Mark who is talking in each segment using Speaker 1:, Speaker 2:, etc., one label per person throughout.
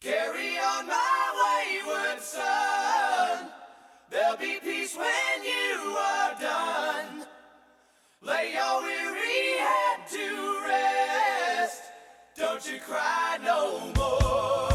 Speaker 1: Carry on my wayward son. There'll be peace when you are done. Lay your weary head to rest. Don't you cry no more.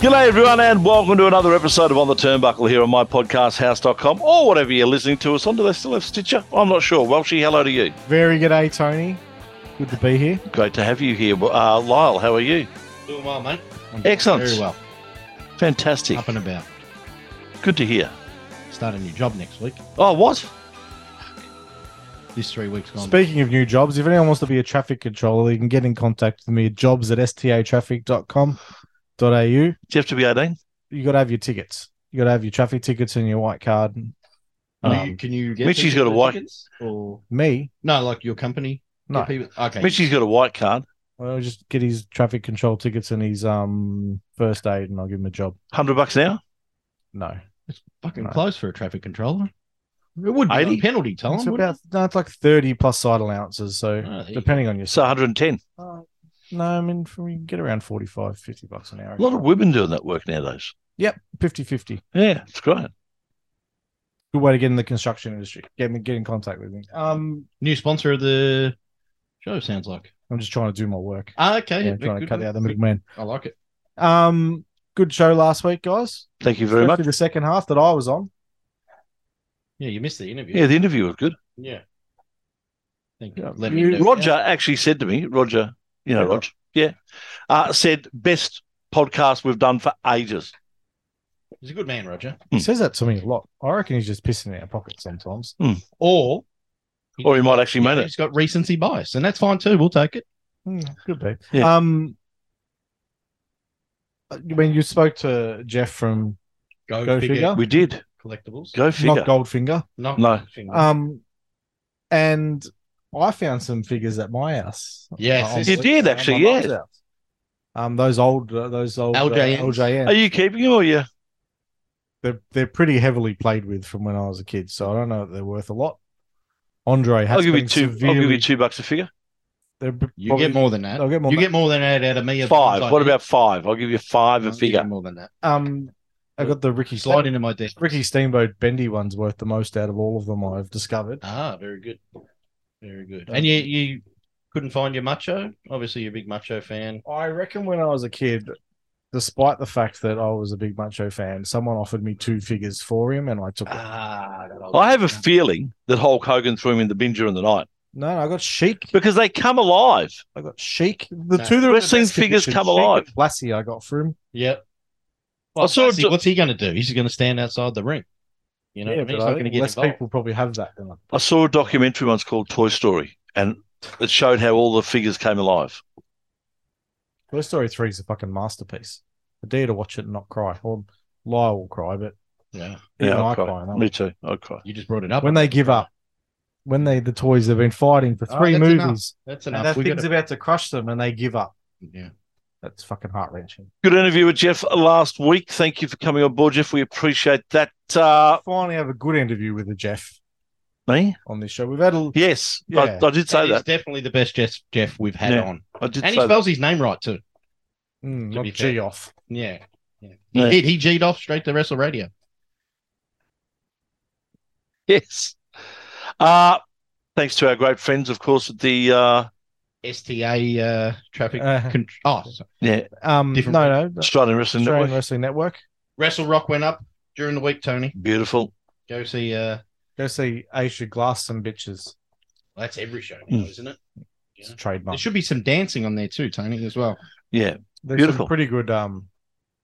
Speaker 2: G'day, everyone, and welcome to another episode of On the Turnbuckle here on mypodcasthouse.com or whatever you're listening to us on. Do they still have Stitcher? I'm not sure. Welshie, hello to you.
Speaker 3: Very good day, Tony. Good to be here.
Speaker 2: Great to have you here. Uh, Lyle, how are you?
Speaker 4: Doing well, mate. I'm
Speaker 2: Excellent.
Speaker 4: Very well.
Speaker 2: Fantastic.
Speaker 4: Up and about.
Speaker 2: Good to hear.
Speaker 4: Start a new job next week.
Speaker 2: Oh, what?
Speaker 4: This three weeks gone.
Speaker 3: Speaking of new jobs, if anyone wants to be a traffic controller, you can get in contact with me at jobs at statraffic.com.au. You
Speaker 2: Do you have to be 18?
Speaker 3: got to have your tickets. You got to have your traffic tickets and your white card.
Speaker 4: Can
Speaker 3: Um,
Speaker 4: you, can you get
Speaker 2: Mitchy's
Speaker 4: people
Speaker 2: got a white-
Speaker 4: tickets? Or
Speaker 3: me?
Speaker 4: no, like your company.
Speaker 3: No.
Speaker 4: Get People, okay.
Speaker 2: Mitchy's got a white card,
Speaker 3: Well, just get his traffic control tickets and his um first aid, and I'll give him a job.
Speaker 2: 100 bucks an hour.
Speaker 3: No,
Speaker 4: fucking
Speaker 3: No.
Speaker 4: close for a traffic controller. It would be on
Speaker 2: 80?
Speaker 4: penalty, tell
Speaker 3: it's about no, it's like thirty plus side allowances. So
Speaker 4: Ah, there you
Speaker 3: depending on your Uh,
Speaker 2: So 110.
Speaker 3: no, I mean we can get around 45, 50 bucks an hour.
Speaker 2: A lot of women doing that work nowadays.
Speaker 3: 50-50.
Speaker 2: Yeah, it's great.
Speaker 3: good way to get in the construction industry. Get me, get in contact with me. Um,
Speaker 4: New sponsor of the show sounds like.
Speaker 3: I'm just trying to do my work.
Speaker 4: Ah, okay.
Speaker 3: Yeah, trying to
Speaker 4: Good
Speaker 3: cut
Speaker 4: one.
Speaker 3: out the middleman.
Speaker 4: I like it.
Speaker 3: Um, good show last week, guys.
Speaker 2: Thank you very
Speaker 3: Especially
Speaker 2: much.
Speaker 3: The second half that I was on.
Speaker 4: Yeah, you missed the interview.
Speaker 2: Yeah, the interview was good.
Speaker 4: Yeah. Thank
Speaker 3: Yeah.
Speaker 4: you. Let
Speaker 3: You-
Speaker 4: me know.
Speaker 2: Roger actually said to me, Roger, you know,
Speaker 3: Yeah.
Speaker 2: Roger, yeah, uh, said, best podcast we've done for ages.
Speaker 4: He's a good man, Roger.
Speaker 3: He
Speaker 2: Hmm.
Speaker 3: says that to me a lot. I reckon he's just pissing in our pocket sometimes.
Speaker 4: Or
Speaker 2: Or he might actually made it.
Speaker 4: he's got recency bias, and that's fine too. We'll take it.
Speaker 3: Hmm, could be.
Speaker 2: Yeah.
Speaker 3: Um, when you spoke to Jeff from
Speaker 4: Go,
Speaker 3: Go figure.
Speaker 2: We did.
Speaker 4: Collectibles.
Speaker 2: Go figure.
Speaker 3: not Goldfinger,
Speaker 4: Not
Speaker 2: No.
Speaker 4: figure.
Speaker 3: um, and I found some figures at my house.
Speaker 4: Yes,
Speaker 3: Uh,
Speaker 4: this
Speaker 2: You
Speaker 4: is-
Speaker 2: did actually,
Speaker 3: my mum's
Speaker 2: yeah.
Speaker 3: house. Um, those old, uh, those old uh,
Speaker 4: LJNs.
Speaker 3: LJNs.
Speaker 2: Are you keeping them or you?
Speaker 3: they're they're pretty heavily played with from when I was a kid, so I don't know that they're worth a lot. Andre has
Speaker 2: I'll give you
Speaker 3: been
Speaker 2: two. I'll
Speaker 3: severely-
Speaker 2: give you two bucks a figure.
Speaker 3: they're b-
Speaker 4: You
Speaker 3: probably-
Speaker 4: get more than that.
Speaker 3: I'll get more
Speaker 4: you
Speaker 3: than-
Speaker 4: get more than that out of me. of
Speaker 2: Five.
Speaker 4: course I
Speaker 2: What
Speaker 4: do.
Speaker 2: about five? I'll give you five
Speaker 4: No,
Speaker 2: a
Speaker 4: you
Speaker 2: figure.
Speaker 4: get More than that.
Speaker 3: Um, I got the Ricky
Speaker 4: Slide
Speaker 3: Slide
Speaker 4: into my desk.
Speaker 3: Ricky Steamboat Bendy one's worth the most out of all of them I've discovered.
Speaker 4: Ah, very good. Very good. And you you couldn't find your macho. Obviously, you're a big macho fan.
Speaker 3: I reckon when I was a kid, despite the fact that I was a big Macho fan, someone offered me two figures for him, and I took
Speaker 2: Uh.
Speaker 3: it.
Speaker 4: Ah, that old-
Speaker 2: I have a feeling that Hulk Hogan threw him in the bin during the night
Speaker 3: No, no, I got Sheik.
Speaker 2: because they come alive.
Speaker 3: I got Sheik. The
Speaker 4: No.
Speaker 3: two that
Speaker 2: Wrestling figures come alive.
Speaker 3: Lassie, I got for him.
Speaker 4: Yep.
Speaker 2: I saw. a
Speaker 4: Basically,
Speaker 2: do-
Speaker 4: what's he going to do? He's going to stand outside the ring. You know, what I mean?
Speaker 3: but
Speaker 4: he's
Speaker 3: I
Speaker 4: not
Speaker 3: think
Speaker 4: going to get
Speaker 3: less
Speaker 4: involved.
Speaker 3: people probably have that than I
Speaker 2: I saw a documentary once called Toy Story, and it showed how all the figures came alive.
Speaker 3: Toy Story Three is a fucking masterpiece. I dare you to watch it and not cry. Or Lyle will cry, but
Speaker 4: Yeah,
Speaker 3: even
Speaker 2: Yeah,
Speaker 3: I
Speaker 2: I'll
Speaker 3: cry.
Speaker 2: cry.
Speaker 3: on that
Speaker 2: Me
Speaker 3: one.
Speaker 2: too. I cry.
Speaker 4: you just brought it up.
Speaker 3: When they give up, when they the toys have been fighting for
Speaker 4: Oh,
Speaker 3: three
Speaker 4: that's enough.
Speaker 3: movies,
Speaker 4: that's
Speaker 3: and
Speaker 4: enough.
Speaker 3: that
Speaker 4: We
Speaker 3: thing's
Speaker 4: gotta-
Speaker 3: about to crush them, and they give up.
Speaker 4: yeah.
Speaker 3: That's fucking heart wrenching.
Speaker 2: Good interview with Jeff last week. Thank you for coming on board, Jeff. We appreciate that. Uh,
Speaker 3: Finally, have a good interview with the Jeff
Speaker 2: me?
Speaker 3: on this show. We've had a
Speaker 2: Yes,
Speaker 3: Yeah.
Speaker 2: I, I did say
Speaker 4: He's
Speaker 2: that.
Speaker 4: definitely the best Jeff, Jeff we've had
Speaker 2: Yeah.
Speaker 4: on,
Speaker 2: I did
Speaker 4: and
Speaker 2: say
Speaker 4: he
Speaker 2: that.
Speaker 4: spells his name right too.
Speaker 3: mm,
Speaker 4: To
Speaker 3: not
Speaker 4: be
Speaker 3: G off.
Speaker 4: Yeah. yeah. He
Speaker 2: Yeah.
Speaker 4: did. He G'd off straight to Wrestle Radio.
Speaker 2: Yes. Uh, thanks to our great friends, of course, at the uh,
Speaker 4: STA uh, traffic.
Speaker 3: Uh,
Speaker 4: Con- oh, sorry.
Speaker 2: yeah,
Speaker 3: um, no,
Speaker 4: Different-
Speaker 3: no, the
Speaker 2: Australian Wrestling
Speaker 3: Australian
Speaker 2: Network.
Speaker 3: Wrestling Network.
Speaker 4: Wrestle Rock went up during the week, Tony.
Speaker 2: Beautiful.
Speaker 4: Go see. Uh,
Speaker 3: Go see Aisha Glass some bitches.
Speaker 4: that's every show, now,
Speaker 2: Mm.
Speaker 4: isn't it?
Speaker 3: It's a
Speaker 4: Yeah.
Speaker 3: trademark.
Speaker 4: There should be some dancing on there too, Tony, as well.
Speaker 2: Yeah.
Speaker 3: There's
Speaker 2: Beautiful.
Speaker 3: some pretty good, um,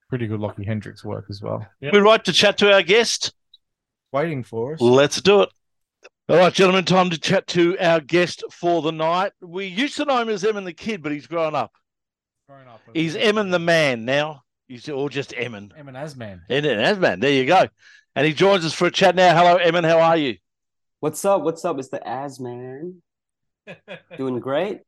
Speaker 3: pretty good Lockie Hendricks work as well.
Speaker 2: We're right to chat to our guest.
Speaker 3: Waiting for us.
Speaker 2: Let's do it. All right, gentlemen, time to chat to our guest for the night. We used to know him as Emin the Kid, but he's grown up.
Speaker 3: Growing up, it
Speaker 2: He's
Speaker 3: was-
Speaker 2: Emin the Man now. He's all just Emin.
Speaker 3: Emin Asman.
Speaker 2: Emin as eh, Man. There you go. And he joins us for a chat now. Hello, Emin. How are you?
Speaker 5: What's up? What's up? It's the Az man. Doing great.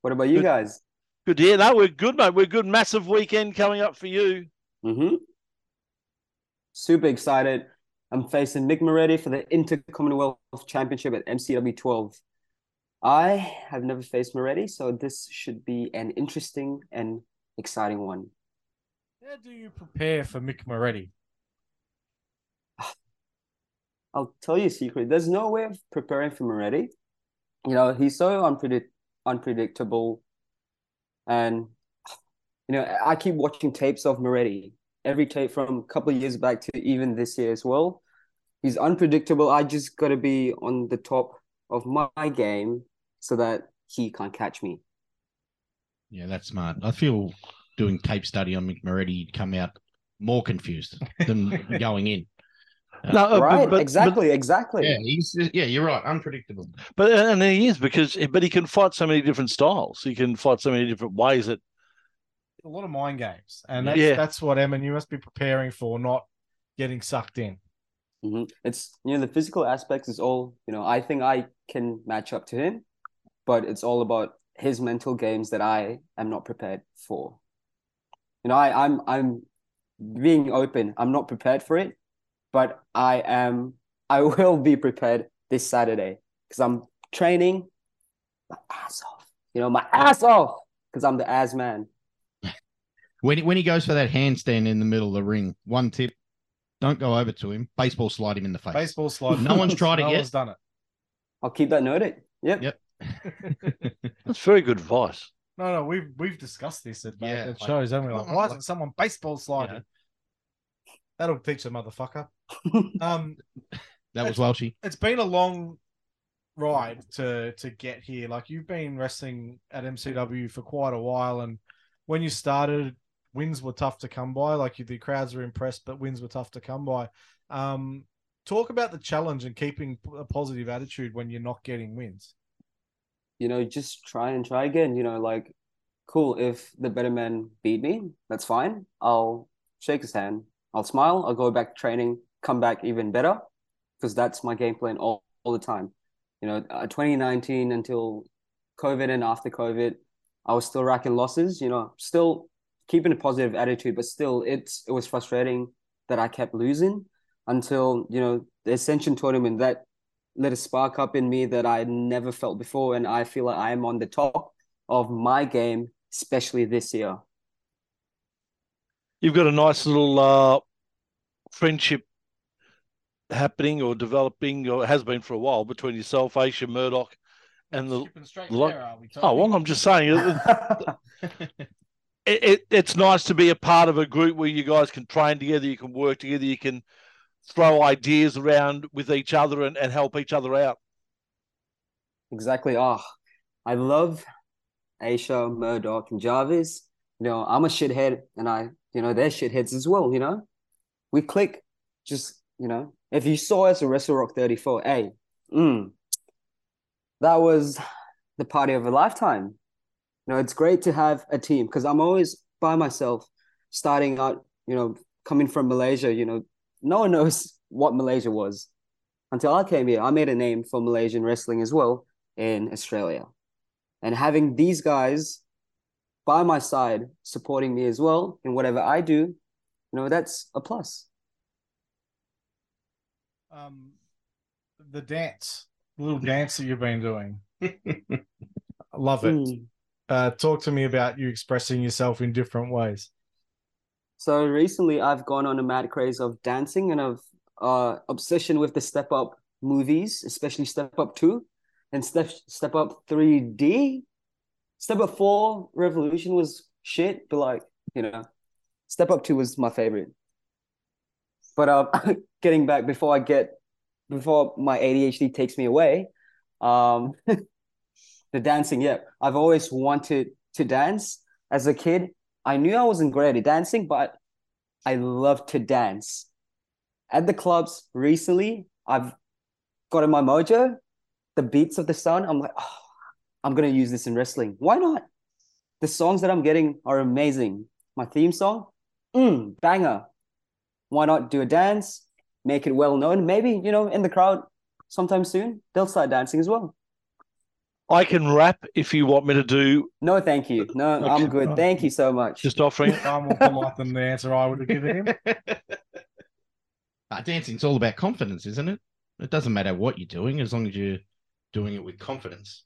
Speaker 5: What about you
Speaker 2: Good.
Speaker 5: guys?
Speaker 2: Good to hear. No, we're good, mate. We're good. Massive weekend coming up for you.
Speaker 5: Mm-hmm. Super excited. I'm facing Nick Moretti for the Inter Commonwealth Championship at MCW 12. I have never faced Moretti, so this should be an interesting and exciting one.
Speaker 3: How do you prepare for Mick Moretti?
Speaker 5: I'll tell you a secret. There's no way of preparing for Moretti. You know, he's so unpredict unpredictable. And you know, I keep watching tapes of Moretti. Every tape from a couple of years back to even this year as well. He's unpredictable. I just gotta be on the top of my game so that he can't catch me.
Speaker 4: Yeah, that's smart. I feel doing tape study on McMurray, you'd come out more confused than going in.
Speaker 2: No, uh, but-
Speaker 5: Right?
Speaker 2: but-
Speaker 5: Exactly, exactly.
Speaker 4: Yeah, he's, yeah, you're right. Unpredictable.
Speaker 2: But and he is because but he can fight so many different styles. He can fight so many different ways that
Speaker 3: A lot of mind games, and that's
Speaker 2: Yeah.
Speaker 3: that's what Emin you must be preparing for, not getting sucked in.
Speaker 5: hmm It's you know the physical aspects is all you know. I think I can match up to him, but it's all about his mental games that I am not prepared for. You know, I, I'm I'm being open. I'm not prepared for it, but I am. I will be prepared this Saturday because I'm training my ass off. You know, my ass off because I'm the ass man.
Speaker 4: When he- when he goes for that handstand in the middle of the ring, one tip: don't go over to him. Baseball slide him in the face.
Speaker 3: Baseball slide.
Speaker 4: No one's tried it
Speaker 3: no
Speaker 4: yet.
Speaker 3: One's done it.
Speaker 5: I'll keep that noted. Yep.
Speaker 4: Yep.
Speaker 2: that's very good advice.
Speaker 3: No, no, we've we've discussed this at,
Speaker 4: Yeah,
Speaker 3: at
Speaker 4: like,
Speaker 3: shows, haven't we? Like,
Speaker 4: come on,
Speaker 3: why
Speaker 4: like-
Speaker 3: isn't someone baseball sliding?
Speaker 4: Yeah.
Speaker 3: That'll teach the motherfucker. um,
Speaker 4: that was Welshie.
Speaker 3: it's been a long ride to to get here. Like you've been wrestling at MCW for quite a while, and when you started, wins were tough to come by. Like you, the crowds were impressed, but wins were tough to come by. Um, talk about the challenge and keeping a positive attitude when you're not getting wins.
Speaker 5: you know, just try and try again. You know, like, cool, if the better man beat me, that's fine. I'll shake his hand, I'll smile, I'll go back to training, come back even better, because that's my game plan all, all the time. You know, uh, 2019 until COVID and after COVID, I was still racking losses, you know, still keeping a positive attitude, but still it's it was frustrating that I kept losing until, you know, the Ascension tournament that lit a spark up in me that I never felt before, and I feel like I am on the top of my game, especially this year.
Speaker 2: You've got a nice little uh, friendship happening or developing or has been for a while between yourself, Aisha Murdoch, and the
Speaker 3: straight
Speaker 2: lo-
Speaker 3: are we?
Speaker 2: Oh well, I'm just saying it, it, it- it's nice to be a part of a group where you guys can train together, you can work together, you can throw ideas around with each other and, and help each other out.
Speaker 5: Exactly. Ah, I love Aisha, Murdoch, and Jarvis. You know, I'm a shithead, and I, you know, they're shitheads as well. You know, we click. Just you know, if you saw us at Wrestle Rock 34, hey, mm, that was the party of a lifetime. You know, it's great to have a team because I'm always by myself, starting out. You know, coming from Malaysia. You know, no one knows what Malaysia was until I came here. I made a name for Malaysian wrestling as well in Australia. And having these guys by my side supporting me as well in whatever I do, you know, that's a plus.
Speaker 3: um, the dance, the little dance that you've been doing. I love it.
Speaker 5: Mm.
Speaker 3: Uh, talk to me about you expressing yourself in different ways.
Speaker 5: So recently I've gone on a mad craze of dancing and of uh obsession with the step up movies, especially step up 2 and step step up 3D. Step up 4 Revolution was shit, but like, you know, step up 2 was my favorite. But um getting back before I get before my ADHD takes me away, um The dancing, yeah. I've always wanted to dance. As a kid, I knew I wasn't great at dancing, but I love to dance. At the clubs recently, I've got in my mojo the beats of the sound. I'm like, oh, I'm gonna use this in wrestling. Why not? The songs that I'm getting are amazing. My theme song, mm, banger. Why not do a dance? Make it well known. Maybe you know in the crowd sometime soon they'll start dancing as well.
Speaker 2: I can rap if you want me to do.
Speaker 5: No, thank you. No, I'm
Speaker 2: Okay.
Speaker 5: good. Thank you so much.
Speaker 2: Just offering.
Speaker 3: far more polite than the answer I would have given him.
Speaker 4: Uh, dancing's all about confidence, isn't it? It doesn't matter what you're doing as long as you're doing it with confidence.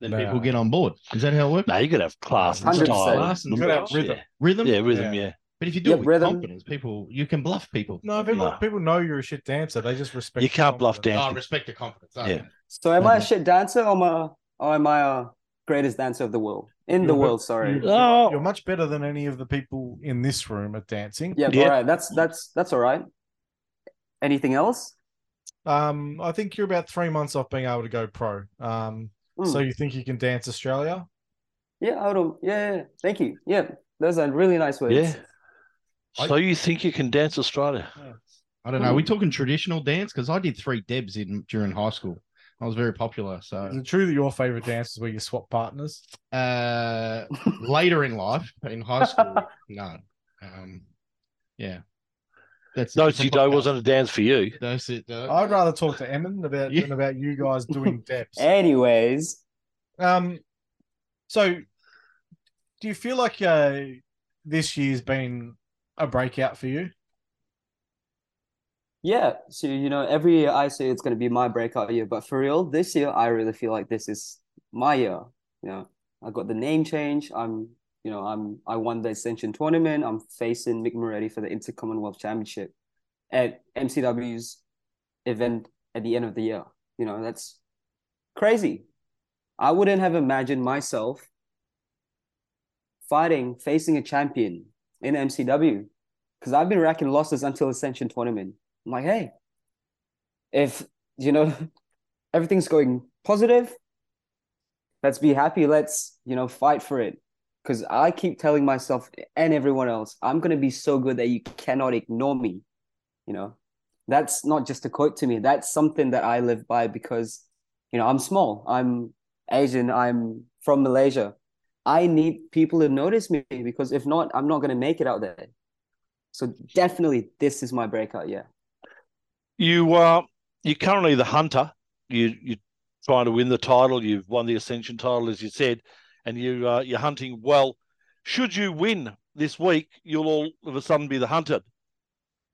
Speaker 4: Then
Speaker 3: No.
Speaker 4: people get on board. Is that how it works?
Speaker 2: no, you got to have class and
Speaker 5: 100%.
Speaker 2: style.
Speaker 4: Class and
Speaker 3: Gotta have
Speaker 4: style.
Speaker 3: rhythm.
Speaker 4: Rhythm,
Speaker 2: Yeah, yeah rhythm. Yeah.
Speaker 4: But if you do
Speaker 5: Yeah,
Speaker 4: it with
Speaker 5: rhythm.
Speaker 4: confidence, people you can bluff people.
Speaker 3: No, people
Speaker 2: No.
Speaker 3: people know you're a shit dancer. They just respect.
Speaker 2: You
Speaker 3: your
Speaker 2: can't bluff
Speaker 4: Oh,
Speaker 2: dancing.
Speaker 4: I respect the confidence. okay.
Speaker 2: Yeah.
Speaker 5: So am I a
Speaker 2: Mhm.
Speaker 5: shit dancer or am I, or am I a greatest dancer of the world? In the
Speaker 3: You're-
Speaker 5: world, sorry.
Speaker 3: you're-
Speaker 2: Oh.
Speaker 3: You're much better than any of the people in this room at dancing.
Speaker 5: Yeah,
Speaker 2: Yeah.
Speaker 5: all right. That's that's that's all right. Anything else?
Speaker 3: Um, I think you're about three months off being able to go pro. Um,
Speaker 5: Mm.
Speaker 3: so
Speaker 4: Hmm.
Speaker 3: you think you can dance Australia?
Speaker 5: yeah, I don't. Yeah, yeah, thank you. Yeah, those are really nice words.
Speaker 2: Yeah. So you think you can dance Australia?
Speaker 4: I don't know.
Speaker 5: Hmm.
Speaker 4: Are we talking traditional dance? Because I did three debs in during high school. I was very popular.
Speaker 3: Is
Speaker 4: So
Speaker 3: it true that your favorite dance is where you swap partners?
Speaker 4: uh, later in life, in high school, no. Um, yeah. That's
Speaker 2: No,
Speaker 4: it's a
Speaker 2: Judo
Speaker 4: podcast.
Speaker 2: wasn't a dance for you.
Speaker 4: That's it. uh,
Speaker 5: Oh.
Speaker 3: I'd rather talk to Emin about
Speaker 4: Yeah.
Speaker 3: than about you guys doing depths.
Speaker 5: Anyways,
Speaker 3: Um, so do you feel like uh, this year's been a breakout for you?
Speaker 5: yeah. So you know, every year I say it's going to be my breakout year, but for real, this year I really feel like this is my year. You know, I got the name change. I'm, you know, I'm. I won the Ascension tournament. I'm facing Mick Moretti for the Inter Commonwealth Championship at MCW's event at the end of the year. You know, that's crazy. I wouldn't have imagined myself fighting, facing a champion in MCW because I've been racking losses until Ascension tournament. I'm like, hey, if you know everything's going positive, let's be happy. Let's you know fight for it. Because I keep telling myself and everyone else, I'm gonna be so good that you cannot ignore me. You know, that's not just a quote to me. That's something that I live by because you know I'm small. I'm Asian. I'm from Malaysia. I need people to notice me because if not, I'm not gonna make it out there. So definitely, this is my breakout. Yeah.
Speaker 2: You uh, you're currently the hunter. You you're trying to win the title. You've won the Ascension title, as you said, and you uh, you're hunting well. Should you win this week, you'll all of a sudden be the hunted.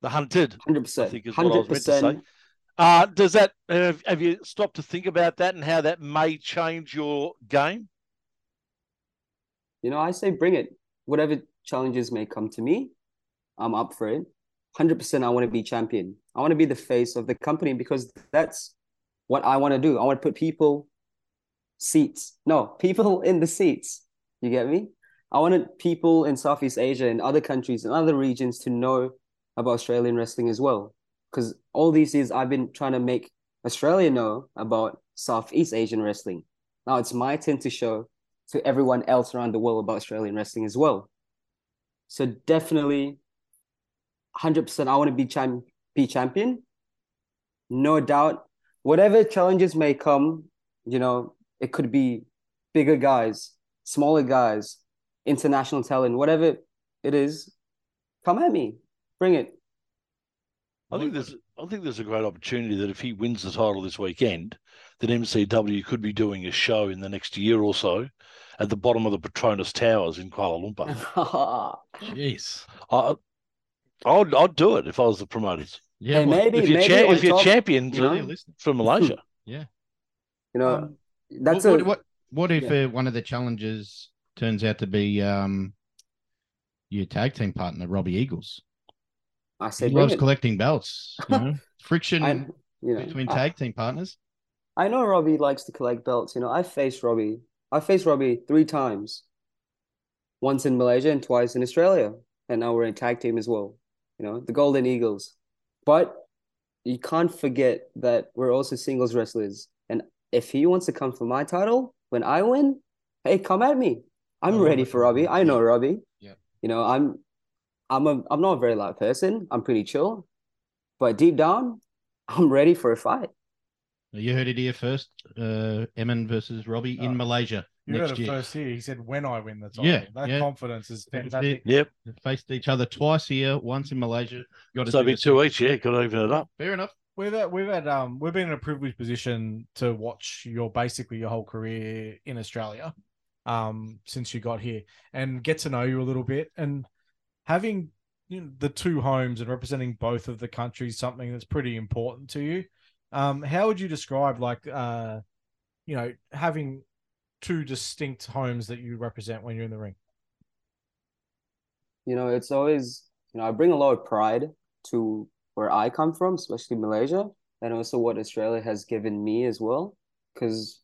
Speaker 2: The hunted.
Speaker 5: Hundred
Speaker 2: I
Speaker 5: percent.
Speaker 2: think is what I
Speaker 5: Hundred
Speaker 2: was meant to say.
Speaker 5: percent.
Speaker 2: Uh, does that have, have you stopped to think about that and how that may change your game?
Speaker 5: You know, I say bring it. Whatever challenges may come to me, I'm up for it. Hundred percent. I want to be champion. I want to be the face of the company because that's what I want to do. I want to put people seats. No, people in the seats. You get me? I wanted people in Southeast Asia and other countries and other regions to know about Australian wrestling as well. Because all these years I've been trying to make Australia know about Southeast Asian wrestling. Now it's my turn to show to everyone else around the world about Australian wrestling as well. So definitely, hundred percent, I want to be champ, be champion. No doubt, whatever challenges may come, you know, it could be bigger guys, smaller guys, international talent, whatever it is. Come at me, bring it.
Speaker 2: I think there's I think there's a great opportunity that if he wins the title this weekend, that MCW could be doing a show in the next year or so at the bottom of the Petronas Towers in Kuala Lumpur.
Speaker 4: Jeez.
Speaker 2: I, I'd I'd do it if I was the promoters.
Speaker 4: Yeah.
Speaker 5: Hey,
Speaker 4: well,
Speaker 5: maybe,
Speaker 2: if you're,
Speaker 5: maybe
Speaker 2: cha-
Speaker 5: on
Speaker 2: if you're
Speaker 5: top,
Speaker 2: champions
Speaker 4: you know,
Speaker 5: you know?
Speaker 4: listen.
Speaker 2: from Malaysia,
Speaker 5: you know,
Speaker 3: Um,
Speaker 5: that's
Speaker 4: what,
Speaker 5: a
Speaker 4: what, what if uh, one of the challenges turns out to be um, your tag team partner, Robbie Eagles?
Speaker 5: I say
Speaker 4: He
Speaker 5: bring
Speaker 4: loves
Speaker 5: it.
Speaker 4: collecting belts. You know? Friction
Speaker 5: I, you know,
Speaker 4: between
Speaker 5: I-
Speaker 4: tag team partners.
Speaker 5: I know Robbie likes to collect belts. You know, I faced Robbie. I faced Robbie three times. Once in Malaysia and twice in Australia. And now we're in tag team as well. You know, the Golden Eagles. But you can't forget that we're also singles wrestlers. And if he wants to come for my title, When I win, hey, come at me. I'm
Speaker 4: I'm
Speaker 5: ready
Speaker 4: with
Speaker 5: for
Speaker 4: you.
Speaker 5: Robbie. I know
Speaker 4: Yeah.
Speaker 5: Robbie.
Speaker 4: Yeah.
Speaker 5: You know, I'm I'm a I'm not a very loud person. I'm pretty chill. But deep down, I'm ready for a fight.
Speaker 4: You heard it here first. Uh, Emin versus Robbie
Speaker 3: Oh.
Speaker 4: in Malaysia
Speaker 3: You
Speaker 4: next
Speaker 3: heard it
Speaker 4: year.
Speaker 3: first here. He said, "When I win the title,
Speaker 4: Yeah,
Speaker 3: that
Speaker 4: yeah.
Speaker 3: confidence is
Speaker 4: That's it.
Speaker 3: fantastic."
Speaker 2: Yep.
Speaker 4: They faced each other twice here, once in Malaysia. Got to
Speaker 2: So
Speaker 4: do
Speaker 2: be
Speaker 4: it.
Speaker 2: two each. Yeah, got to open it up.
Speaker 4: Fair enough.
Speaker 3: We've had, we've had um we've been in a privileged position to watch your basically your whole career in Australia, um since you got here and get to know you a little bit and having you know, the two homes and representing both of the countries something that's pretty important to you. Um, how would you describe like uh, you know, having two distinct homes that you represent when you're in the ring?
Speaker 5: You know, it's always you know, I bring a lot of pride to where I come from, especially Malaysia, and also what Australia has given me as well. Because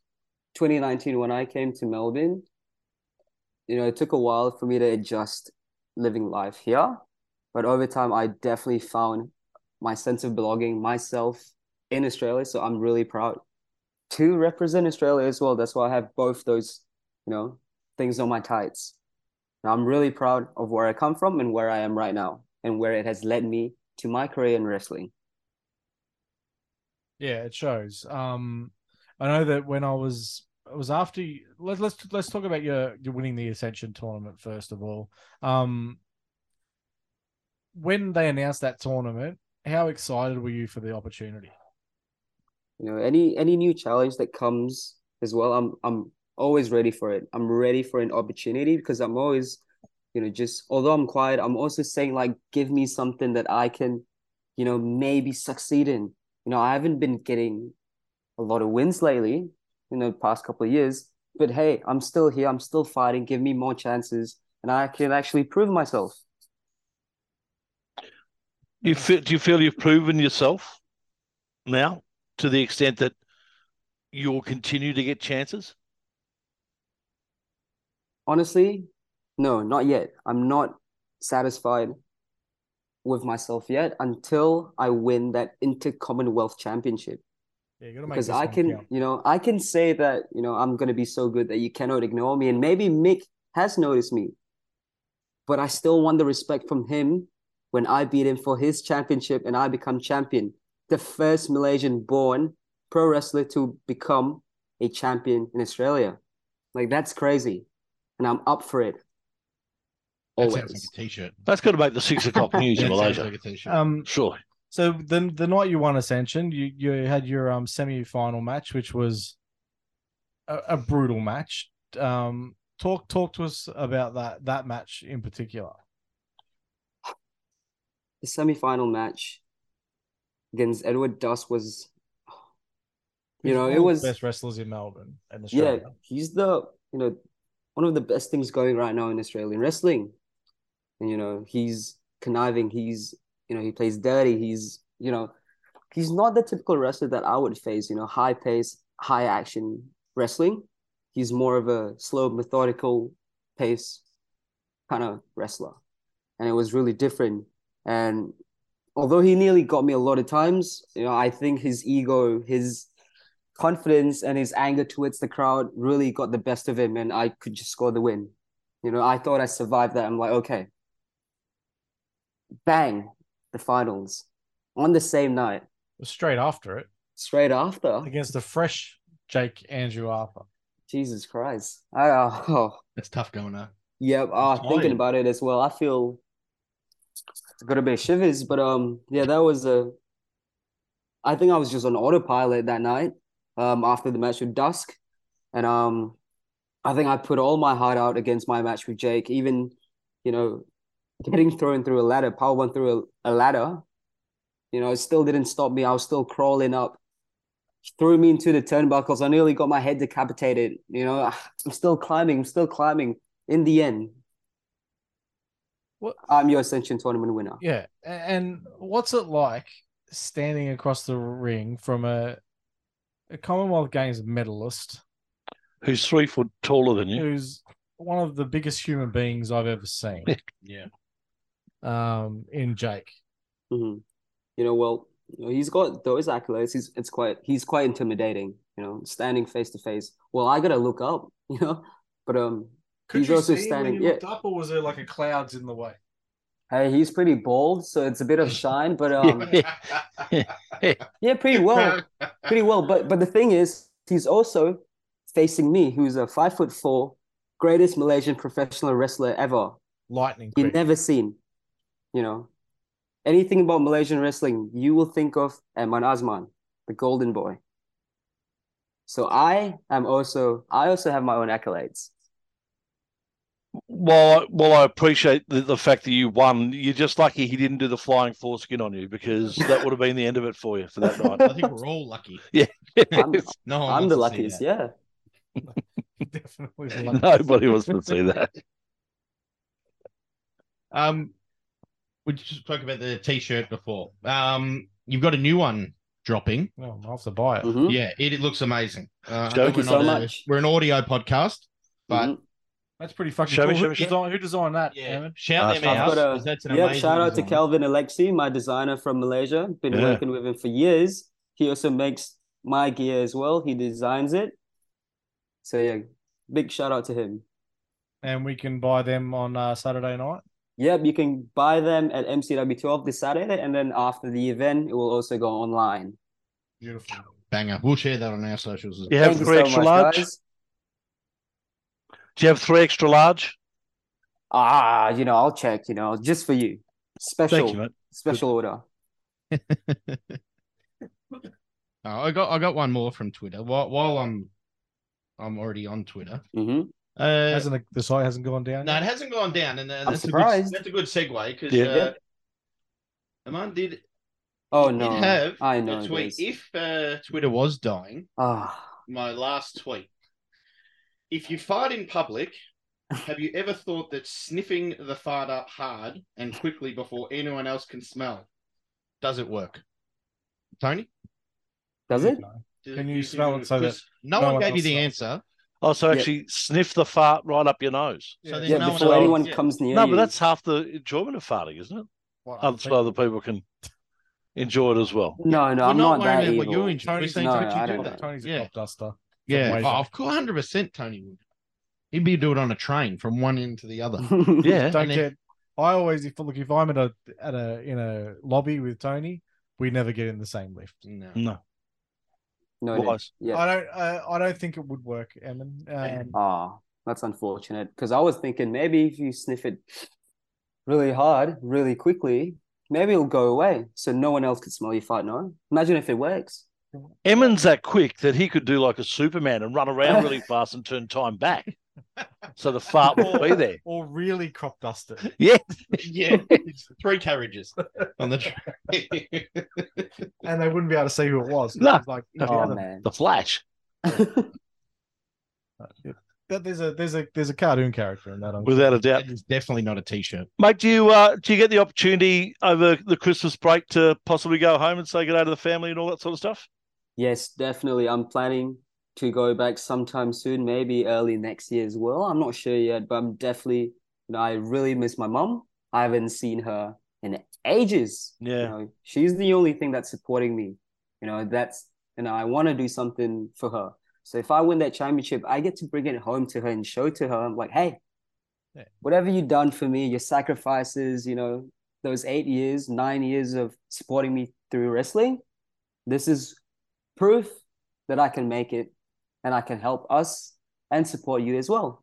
Speaker 5: 2019, when I came to Melbourne, you know, it took a while for me to adjust living life here. But over time, I definitely found my sense of belonging, myself in Australia. So I'm really proud to represent Australia as well. That's why I have both those, you know, things on my tights. And I'm really proud of where I come from and where I am right now and where it has led me to my career in wrestling.
Speaker 3: Yeah, it shows. Um, I know that when I was it was after you, let, let's let's talk about your your winning the Ascension tournament first of all. Um, when they announced that tournament, how excited were you for the opportunity?
Speaker 5: you know any any new challenge that comes as well i'm i'm always ready for it i'm ready for an opportunity because i'm always you know just although i'm quiet i'm also saying like give me something that i can you know maybe succeed in you know i haven't been getting a lot of wins lately in the past couple of years but hey i'm still here i'm still fighting give me more chances and i can actually prove myself
Speaker 2: You feel, do you feel you've proven yourself now to the extent that you'll continue to get chances?
Speaker 5: honestly no not yet i'm not satisfied with myself yet until i win that inter commonwealth championship
Speaker 3: Yeah, you gotta make
Speaker 5: because
Speaker 3: this
Speaker 5: i
Speaker 3: one
Speaker 5: can
Speaker 3: count.
Speaker 5: you know i can say that you know i'm going to be so good that you cannot ignore me and maybe mick has noticed me but i still want the respect from him when i beat him for his championship and i become champion the first malaysian born pro wrestler to become a champion in australia like that's crazy and i'm up for it
Speaker 4: That
Speaker 5: always
Speaker 4: sounds like a t-shirt.
Speaker 2: That's got to make the six o'clock news in
Speaker 4: That sounds
Speaker 2: Malaysia.
Speaker 4: like a t-shirt.
Speaker 3: Um,
Speaker 2: Sure.
Speaker 3: so the the night you won Ascension, you you had your um semi final match, which was a, a brutal match. Um, talk talk to us about that that match in particular.
Speaker 5: the semi-final match against Edward Dust was, you
Speaker 3: He's
Speaker 5: know,
Speaker 3: one
Speaker 5: it
Speaker 3: of the
Speaker 5: was
Speaker 3: best wrestlers in Melbourne and
Speaker 5: yeah,
Speaker 3: Australia.
Speaker 5: he's the you know one of the best things going right now in Australian wrestling, and you know he's conniving, he's you know he plays dirty, he's you know he's not the typical wrestler that I would face, you know, high pace, high action wrestling. He's more of a slow, methodical pace kind of wrestler. And it was really different. And although he nearly got me a lot of times, you know, I think his ego, his confidence, and his anger towards the crowd really got the best of him. And I could just score the win. You know, I thought I survived that. I'm like, okay. Bang, the finals on the same night,
Speaker 3: straight after it
Speaker 5: straight after.
Speaker 3: against the fresh Jake Andrew Arthur.
Speaker 5: Jesus Christ. I, oh,
Speaker 4: That's tough going up.
Speaker 5: Yep, ah, thinking
Speaker 4: tired.
Speaker 5: about it as well. I feel I got a bit of shivers, but um, yeah, that was a. I think I was just on autopilot that night. Um, after the match with Dusk, and um, I think I put all my heart out against my match with Jake. Even, you know, getting thrown through a ladder, power one through a, a ladder, you know, it still didn't stop me. I was still crawling up. Threw me into the turnbuckles. I nearly got my head decapitated. You know, I'm still climbing. I'm still climbing. In the end,
Speaker 3: What?
Speaker 5: I'm your Ascension tournament winner.
Speaker 3: Yeah, a- and what's it like standing across the ring from a a Commonwealth Games medalist
Speaker 2: Who's three foot taller than you?
Speaker 3: who's one of the biggest human beings I've ever seen?
Speaker 4: Yeah.
Speaker 3: um, in Jake.
Speaker 5: hmm Mm-hmm. You know, well, you know, he's got those accolades. He's it's quite he's quite intimidating, you know, standing face to face. Well, I gotta look up, you know, but um,
Speaker 3: Could
Speaker 5: He's
Speaker 3: you
Speaker 5: also
Speaker 3: see him
Speaker 5: standing-
Speaker 3: when you
Speaker 5: yeah.
Speaker 3: looked up, or was there like a clouds in the way?
Speaker 5: hey, he's pretty bald, so it's a bit of shine, but um, yeah, pretty well, pretty well. But but the thing is, he's also facing me, who's a five foot four, greatest Malaysian professional wrestler ever.
Speaker 3: Lightning
Speaker 5: you've
Speaker 3: quick.
Speaker 5: never seen. You know, anything about Malaysian wrestling, you will think of Eman Azman, the Golden Boy. So I am also I also have my own accolades.
Speaker 2: Well, I- well, I appreciate the, the fact that you won. You're just lucky he didn't do the flying foreskin on you because that would have been the end of it for you for that night.
Speaker 4: I think we're all lucky.
Speaker 5: I'm,
Speaker 4: No, one
Speaker 5: I'm
Speaker 4: wants
Speaker 5: the
Speaker 4: to see
Speaker 5: luckiest.
Speaker 4: that.
Speaker 5: Yeah,
Speaker 3: Definitely. like-
Speaker 2: Nobody wants to see that.
Speaker 4: Um, we just spoke about the t-shirt before. Um, you've got a new one dropping.
Speaker 3: No, I'll have to buy it.
Speaker 5: Mhm.
Speaker 4: Yeah, it, it looks amazing. Uh,
Speaker 2: Thank
Speaker 4: I think
Speaker 2: you
Speaker 4: we're
Speaker 5: so
Speaker 4: not a-
Speaker 5: much.
Speaker 4: we're an audio podcast, but
Speaker 5: Mhm.
Speaker 3: That's pretty fucking
Speaker 2: Show
Speaker 3: cool.
Speaker 2: me, show
Speaker 3: who,
Speaker 2: me, show me.
Speaker 3: designed, who designed that?
Speaker 4: yeah,
Speaker 3: Eamon?
Speaker 4: shout
Speaker 2: Uh,
Speaker 4: them
Speaker 2: I've
Speaker 4: out.
Speaker 5: got a-
Speaker 4: 'cause that's an
Speaker 5: yeah,
Speaker 4: amazing
Speaker 5: shout out to
Speaker 4: design.
Speaker 5: Calvin Alexi, my designer from Malaysia. Been
Speaker 2: Yeah.
Speaker 5: working with him for years. He also makes my gear as well. He designs it. So yeah, big shout out to him.
Speaker 3: And we can buy them on uh, Saturday night.
Speaker 5: Yep, you can buy them at MCW12 this Saturday, and then after the event, it will also go online.
Speaker 3: Beautiful.
Speaker 4: Banger. We'll share that on our socials. As
Speaker 2: Do you have
Speaker 5: Thank you
Speaker 2: three
Speaker 5: so
Speaker 2: extra
Speaker 5: much,
Speaker 2: large?
Speaker 5: guys.
Speaker 2: Do you have three extra large?
Speaker 5: Ah, you know, I'll check. You know, just for you, special,
Speaker 2: Thank you, mate.
Speaker 5: special order.
Speaker 4: Oh, I got I got one more from Twitter. While while I'm I'm already on Twitter.
Speaker 5: hmm
Speaker 4: Uh,
Speaker 3: Hasn't the, the site hasn't gone down?
Speaker 4: no,
Speaker 3: yet?
Speaker 4: it hasn't gone down, and uh,
Speaker 5: I'm
Speaker 4: that's
Speaker 5: surprised.
Speaker 4: a good that's a good segue because
Speaker 2: Yeah.
Speaker 4: uh, Amon did
Speaker 5: Oh
Speaker 4: did
Speaker 5: no,
Speaker 4: have
Speaker 5: I
Speaker 4: a
Speaker 5: know it
Speaker 4: tweet.
Speaker 5: is.
Speaker 4: If uh, Twitter was dying,
Speaker 5: Ah,
Speaker 4: my last tweet. If you fart in public, have you ever thought that sniffing the fart up hard and quickly before anyone else can smell does it work? Tony,
Speaker 5: does it?
Speaker 4: Did
Speaker 3: Can you smell it so that
Speaker 4: 'cause no,
Speaker 3: no
Speaker 4: one
Speaker 3: one
Speaker 4: gave you
Speaker 3: else
Speaker 4: the
Speaker 3: smells?
Speaker 4: answer?
Speaker 2: Oh, so
Speaker 5: Yeah.
Speaker 2: actually sniff the fart right up your nose.
Speaker 4: So there's
Speaker 5: Yeah,
Speaker 4: no one
Speaker 5: before
Speaker 4: else.
Speaker 5: anyone
Speaker 4: Yeah.
Speaker 5: comes near
Speaker 2: No, but
Speaker 5: you.
Speaker 2: that's half the enjoyment of farting, isn't it?
Speaker 3: What,
Speaker 2: Other, so other people can enjoy it as well.
Speaker 5: no, no,
Speaker 4: We're
Speaker 5: I'm
Speaker 4: not
Speaker 5: not
Speaker 4: worrying
Speaker 5: that
Speaker 4: about what
Speaker 5: evil.
Speaker 4: you enjoy. We're
Speaker 3: Tony's
Speaker 4: saying,
Speaker 5: no,
Speaker 4: don't
Speaker 5: I
Speaker 4: you do
Speaker 5: don't
Speaker 4: that?
Speaker 5: know.
Speaker 3: Tony's a
Speaker 4: Yeah.
Speaker 3: cop duster.
Speaker 4: Yeah,
Speaker 3: Ways
Speaker 4: oh,
Speaker 3: up.
Speaker 4: of course, hundred percent, Tony would. He'd be doing it on a train from one end to the other.
Speaker 2: Yeah.
Speaker 3: Don't
Speaker 4: And then-
Speaker 3: get. I always if look if I'm at a at a in a lobby with Tony, we never get in the same lift.
Speaker 4: No.
Speaker 2: No.
Speaker 5: no, it is.
Speaker 2: Wise.
Speaker 5: yeah.
Speaker 3: I don't. Uh, I don't think it would work, Emin. Um,
Speaker 5: Ah, that's unfortunate because I was thinking maybe if you sniff it really hard, really quickly, maybe it'll go away so no one else could smell your fart. No, imagine if it works.
Speaker 2: Emmons that quick that he could do like a Superman and run around really fast and turn time back. So the fart will be there.
Speaker 3: or really crop duster.
Speaker 2: Yeah.
Speaker 4: yeah, it's three carriages on the train.
Speaker 3: and they wouldn't be able to see who it was. 'cause
Speaker 2: No.
Speaker 3: it was like the
Speaker 5: Oh
Speaker 3: other-
Speaker 5: man.
Speaker 2: The flash.
Speaker 3: But there's a there's a there's a cartoon character in that. I'm
Speaker 2: Without a doubt.
Speaker 4: That is definitely not a t-shirt.
Speaker 2: Mate, do you uh, do you get the opportunity over the Christmas break to possibly go home and say good day to the family and all that sort of stuff?
Speaker 5: Yes, definitely. I'm planning to go back sometime soon, maybe early next year as well. I'm not sure yet, but I'm definitely, you know, I really miss my mum. I haven't seen her in ages. You
Speaker 2: Yeah.
Speaker 5: know, she's the only thing that's supporting me. You know, that's, and I want to do something for her. So if I win that championship, I get to bring it home to her and show to her, I'm like, hey,
Speaker 3: Yeah.
Speaker 5: whatever you done for me, your sacrifices, you know, those eight years, nine years of supporting me through wrestling, this is proof that I can make it and I can help us and support you as well.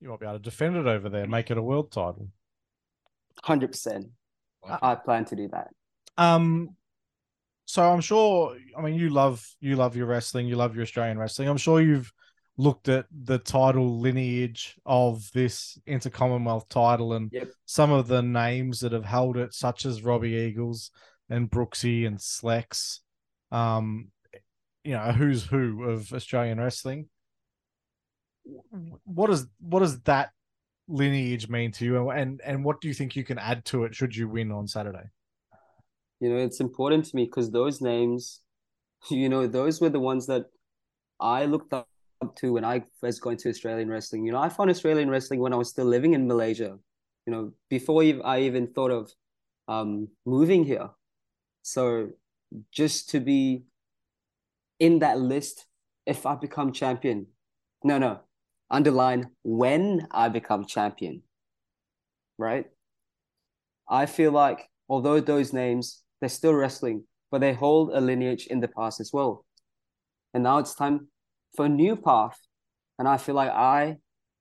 Speaker 3: You won't be able to defend it over there. Make it a world title.
Speaker 5: 100%. I, I plan to do that.
Speaker 3: Um, so I'm sure. I mean, you love you love your wrestling. You love your Australian wrestling. I'm sure you've looked at the title lineage of this Inter Commonwealth title and
Speaker 5: Yep.
Speaker 3: some of the names that have held it, such as Robbie Eagles and Brooksy and Slex. Um, you know, a who's who of Australian wrestling. What does what does that lineage mean to you, and and what do you think you can add to it should you win on Saturday?
Speaker 5: You know, it's important to me because those names, you know, those were the ones that I looked up up to when I first got into Australian wrestling. You know, I found Australian wrestling when I was still living in Malaysia, you know, before ev- I even thought of um, moving here. So just to be in that list, if I become champion, no, no, underline when I become champion, right? I feel like although those names, they're still wrestling, but they hold a lineage in the past as well. And now it's time for a new path. And I feel like I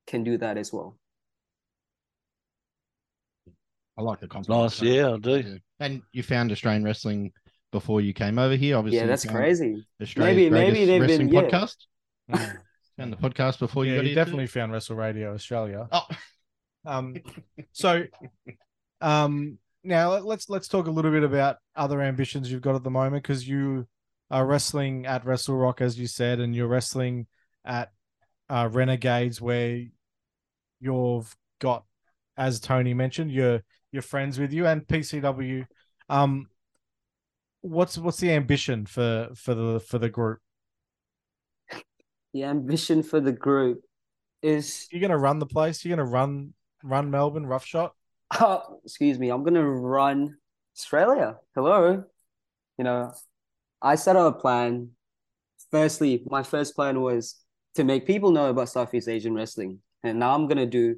Speaker 5: can do that as well.
Speaker 4: I like the compliment.
Speaker 2: Nice, yeah, I do.
Speaker 4: And you found Australian wrestling before you came over here, obviously.
Speaker 5: yeah,
Speaker 4: you
Speaker 5: that's
Speaker 4: found
Speaker 5: crazy.
Speaker 4: Australia's
Speaker 5: Maybe- maybe
Speaker 4: greatest
Speaker 5: they've
Speaker 4: wrestling
Speaker 5: been- yeah.
Speaker 4: podcast.
Speaker 3: Mm.
Speaker 4: Found the podcast before you
Speaker 3: yeah,
Speaker 4: got
Speaker 3: you
Speaker 4: here too?
Speaker 3: definitely found Wrestle Radio Australia.
Speaker 4: Oh,
Speaker 3: Um, so, um, now let- let's let's talk a little bit about other ambitions you've got at the moment because you are wrestling at Wrestle Rock, as you said, and you're wrestling at uh, Renegades, where you've got, as Tony mentioned, your your friends with you and PCW. Um, what's what's the ambition for for the for the group?
Speaker 5: The ambition for the group is
Speaker 3: You're gonna run the place. You're gonna run run Melbourne Rough Shot.
Speaker 5: oh, excuse me, I'm gonna run Australia. Hello. You know, I set out a plan. Firstly, my first plan was to make people know about Southeast Asian wrestling. And now I'm gonna do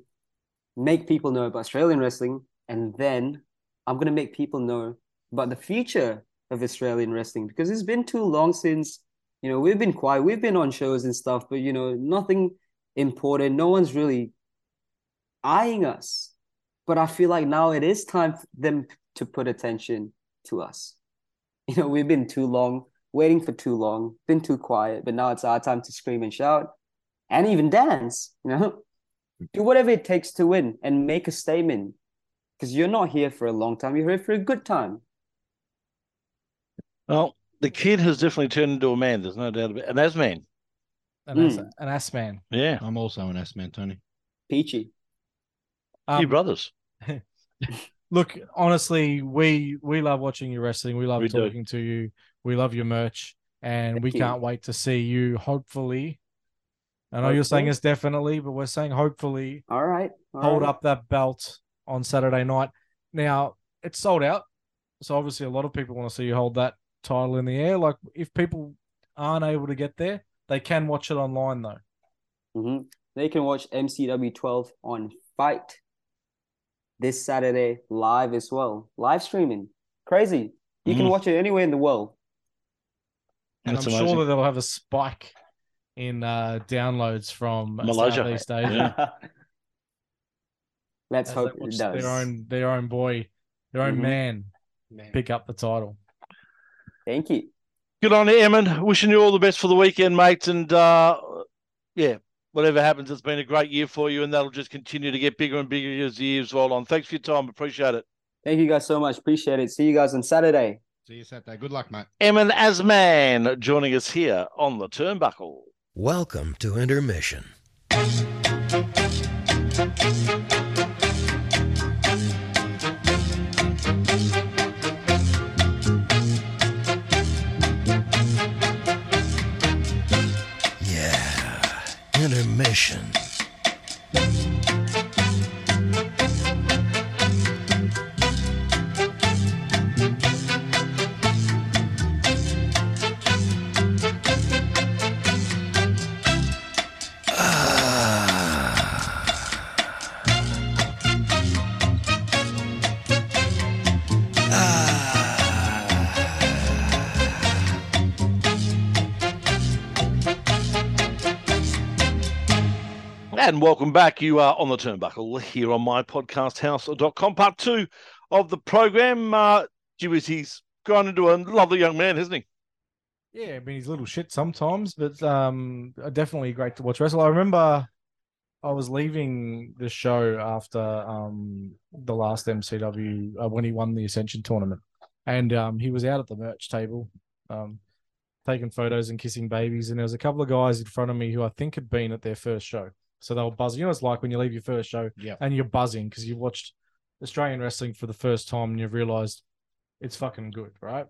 Speaker 5: make people know about Australian wrestling, and then I'm gonna make people know about the future of Australian wrestling because it's been too long since you know we've been quiet, we've been on shows and stuff, but you know, nothing important, no one's really eyeing us but I feel like now it is time for them to put attention to us. You know, we've been too long, waiting for too long, been too quiet, but now it's our time to scream and shout and even dance, you know,
Speaker 3: Mm-hmm.
Speaker 5: do whatever it takes to win and make a statement because you're not here for a long time, you're here for a good time.
Speaker 2: Well, the kid has definitely turned into a man. There's no doubt about it. An as man.
Speaker 3: An ass,
Speaker 5: Mm.
Speaker 3: an ass man.
Speaker 2: Yeah.
Speaker 4: I'm also an S man, Tony.
Speaker 5: Peachy.
Speaker 2: Two
Speaker 3: Um,
Speaker 2: brothers.
Speaker 3: look honestly we we love watching you wrestling we love
Speaker 2: We do.
Speaker 3: talking to you we love your merch and we
Speaker 5: Thank you.
Speaker 3: can't wait to see you hopefully i know you're saying
Speaker 5: Hopefully.
Speaker 3: it's definitely but we're saying hopefully
Speaker 5: All right. all
Speaker 3: hold
Speaker 5: right.
Speaker 3: up that belt on saturday night now it's sold out so obviously a lot of people want to see you hold that title in the air like if people aren't able to get there they can watch it online though
Speaker 5: Mhm. They can watch MCW 12 on Fight this Saturday live as well. Live streaming. Crazy. You can
Speaker 2: Mm.
Speaker 5: watch it anywhere in the world.
Speaker 3: and
Speaker 2: That's
Speaker 3: i'm
Speaker 2: amazing.
Speaker 3: sure that they'll have a spike in uh downloads from
Speaker 2: Malaysia.
Speaker 3: Southeast Asia.
Speaker 2: Yeah.
Speaker 5: Let's
Speaker 3: as
Speaker 5: hope
Speaker 3: they
Speaker 5: it
Speaker 3: watch
Speaker 5: does.
Speaker 3: Their own, their own boy, their own
Speaker 5: Mhm.
Speaker 3: man
Speaker 4: Man.
Speaker 3: pick up the title.
Speaker 5: Thank you.
Speaker 2: Good on you, Emin. Wishing you all the best for the weekend, mate. And uh, yeah, whatever happens, it's been a great year for you, and that'll just continue to get bigger and bigger as the years roll on. Thanks for your time. Appreciate it.
Speaker 5: Thank you guys so much. Appreciate it. See you guys on Saturday.
Speaker 4: See you Saturday. Good luck, mate.
Speaker 2: Emin Asman joining us here on the turnbuckle.
Speaker 6: Welcome to intermission. Yeah, intermission.
Speaker 2: And welcome back. You are on the turnbuckle here on mypodcasthouse.com. Part two of the program. Uh, gee whiz, he's grown into a lovely young man, hasn't he?
Speaker 3: Yeah, I mean he's a little shit sometimes, but um, definitely great to watch wrestle. I remember I was leaving the show after um the last MCW uh, when he won the Ascension tournament, and um he was out at the merch table, um taking photos and kissing babies, and there was a couple of guys in front of me who I think had been at their first show, so they were buzzing. You know, what it's like when you leave your first show,
Speaker 4: Yeah.
Speaker 3: and you're buzzing because you've watched Australian wrestling for the first time and you've realized it's fucking good, right?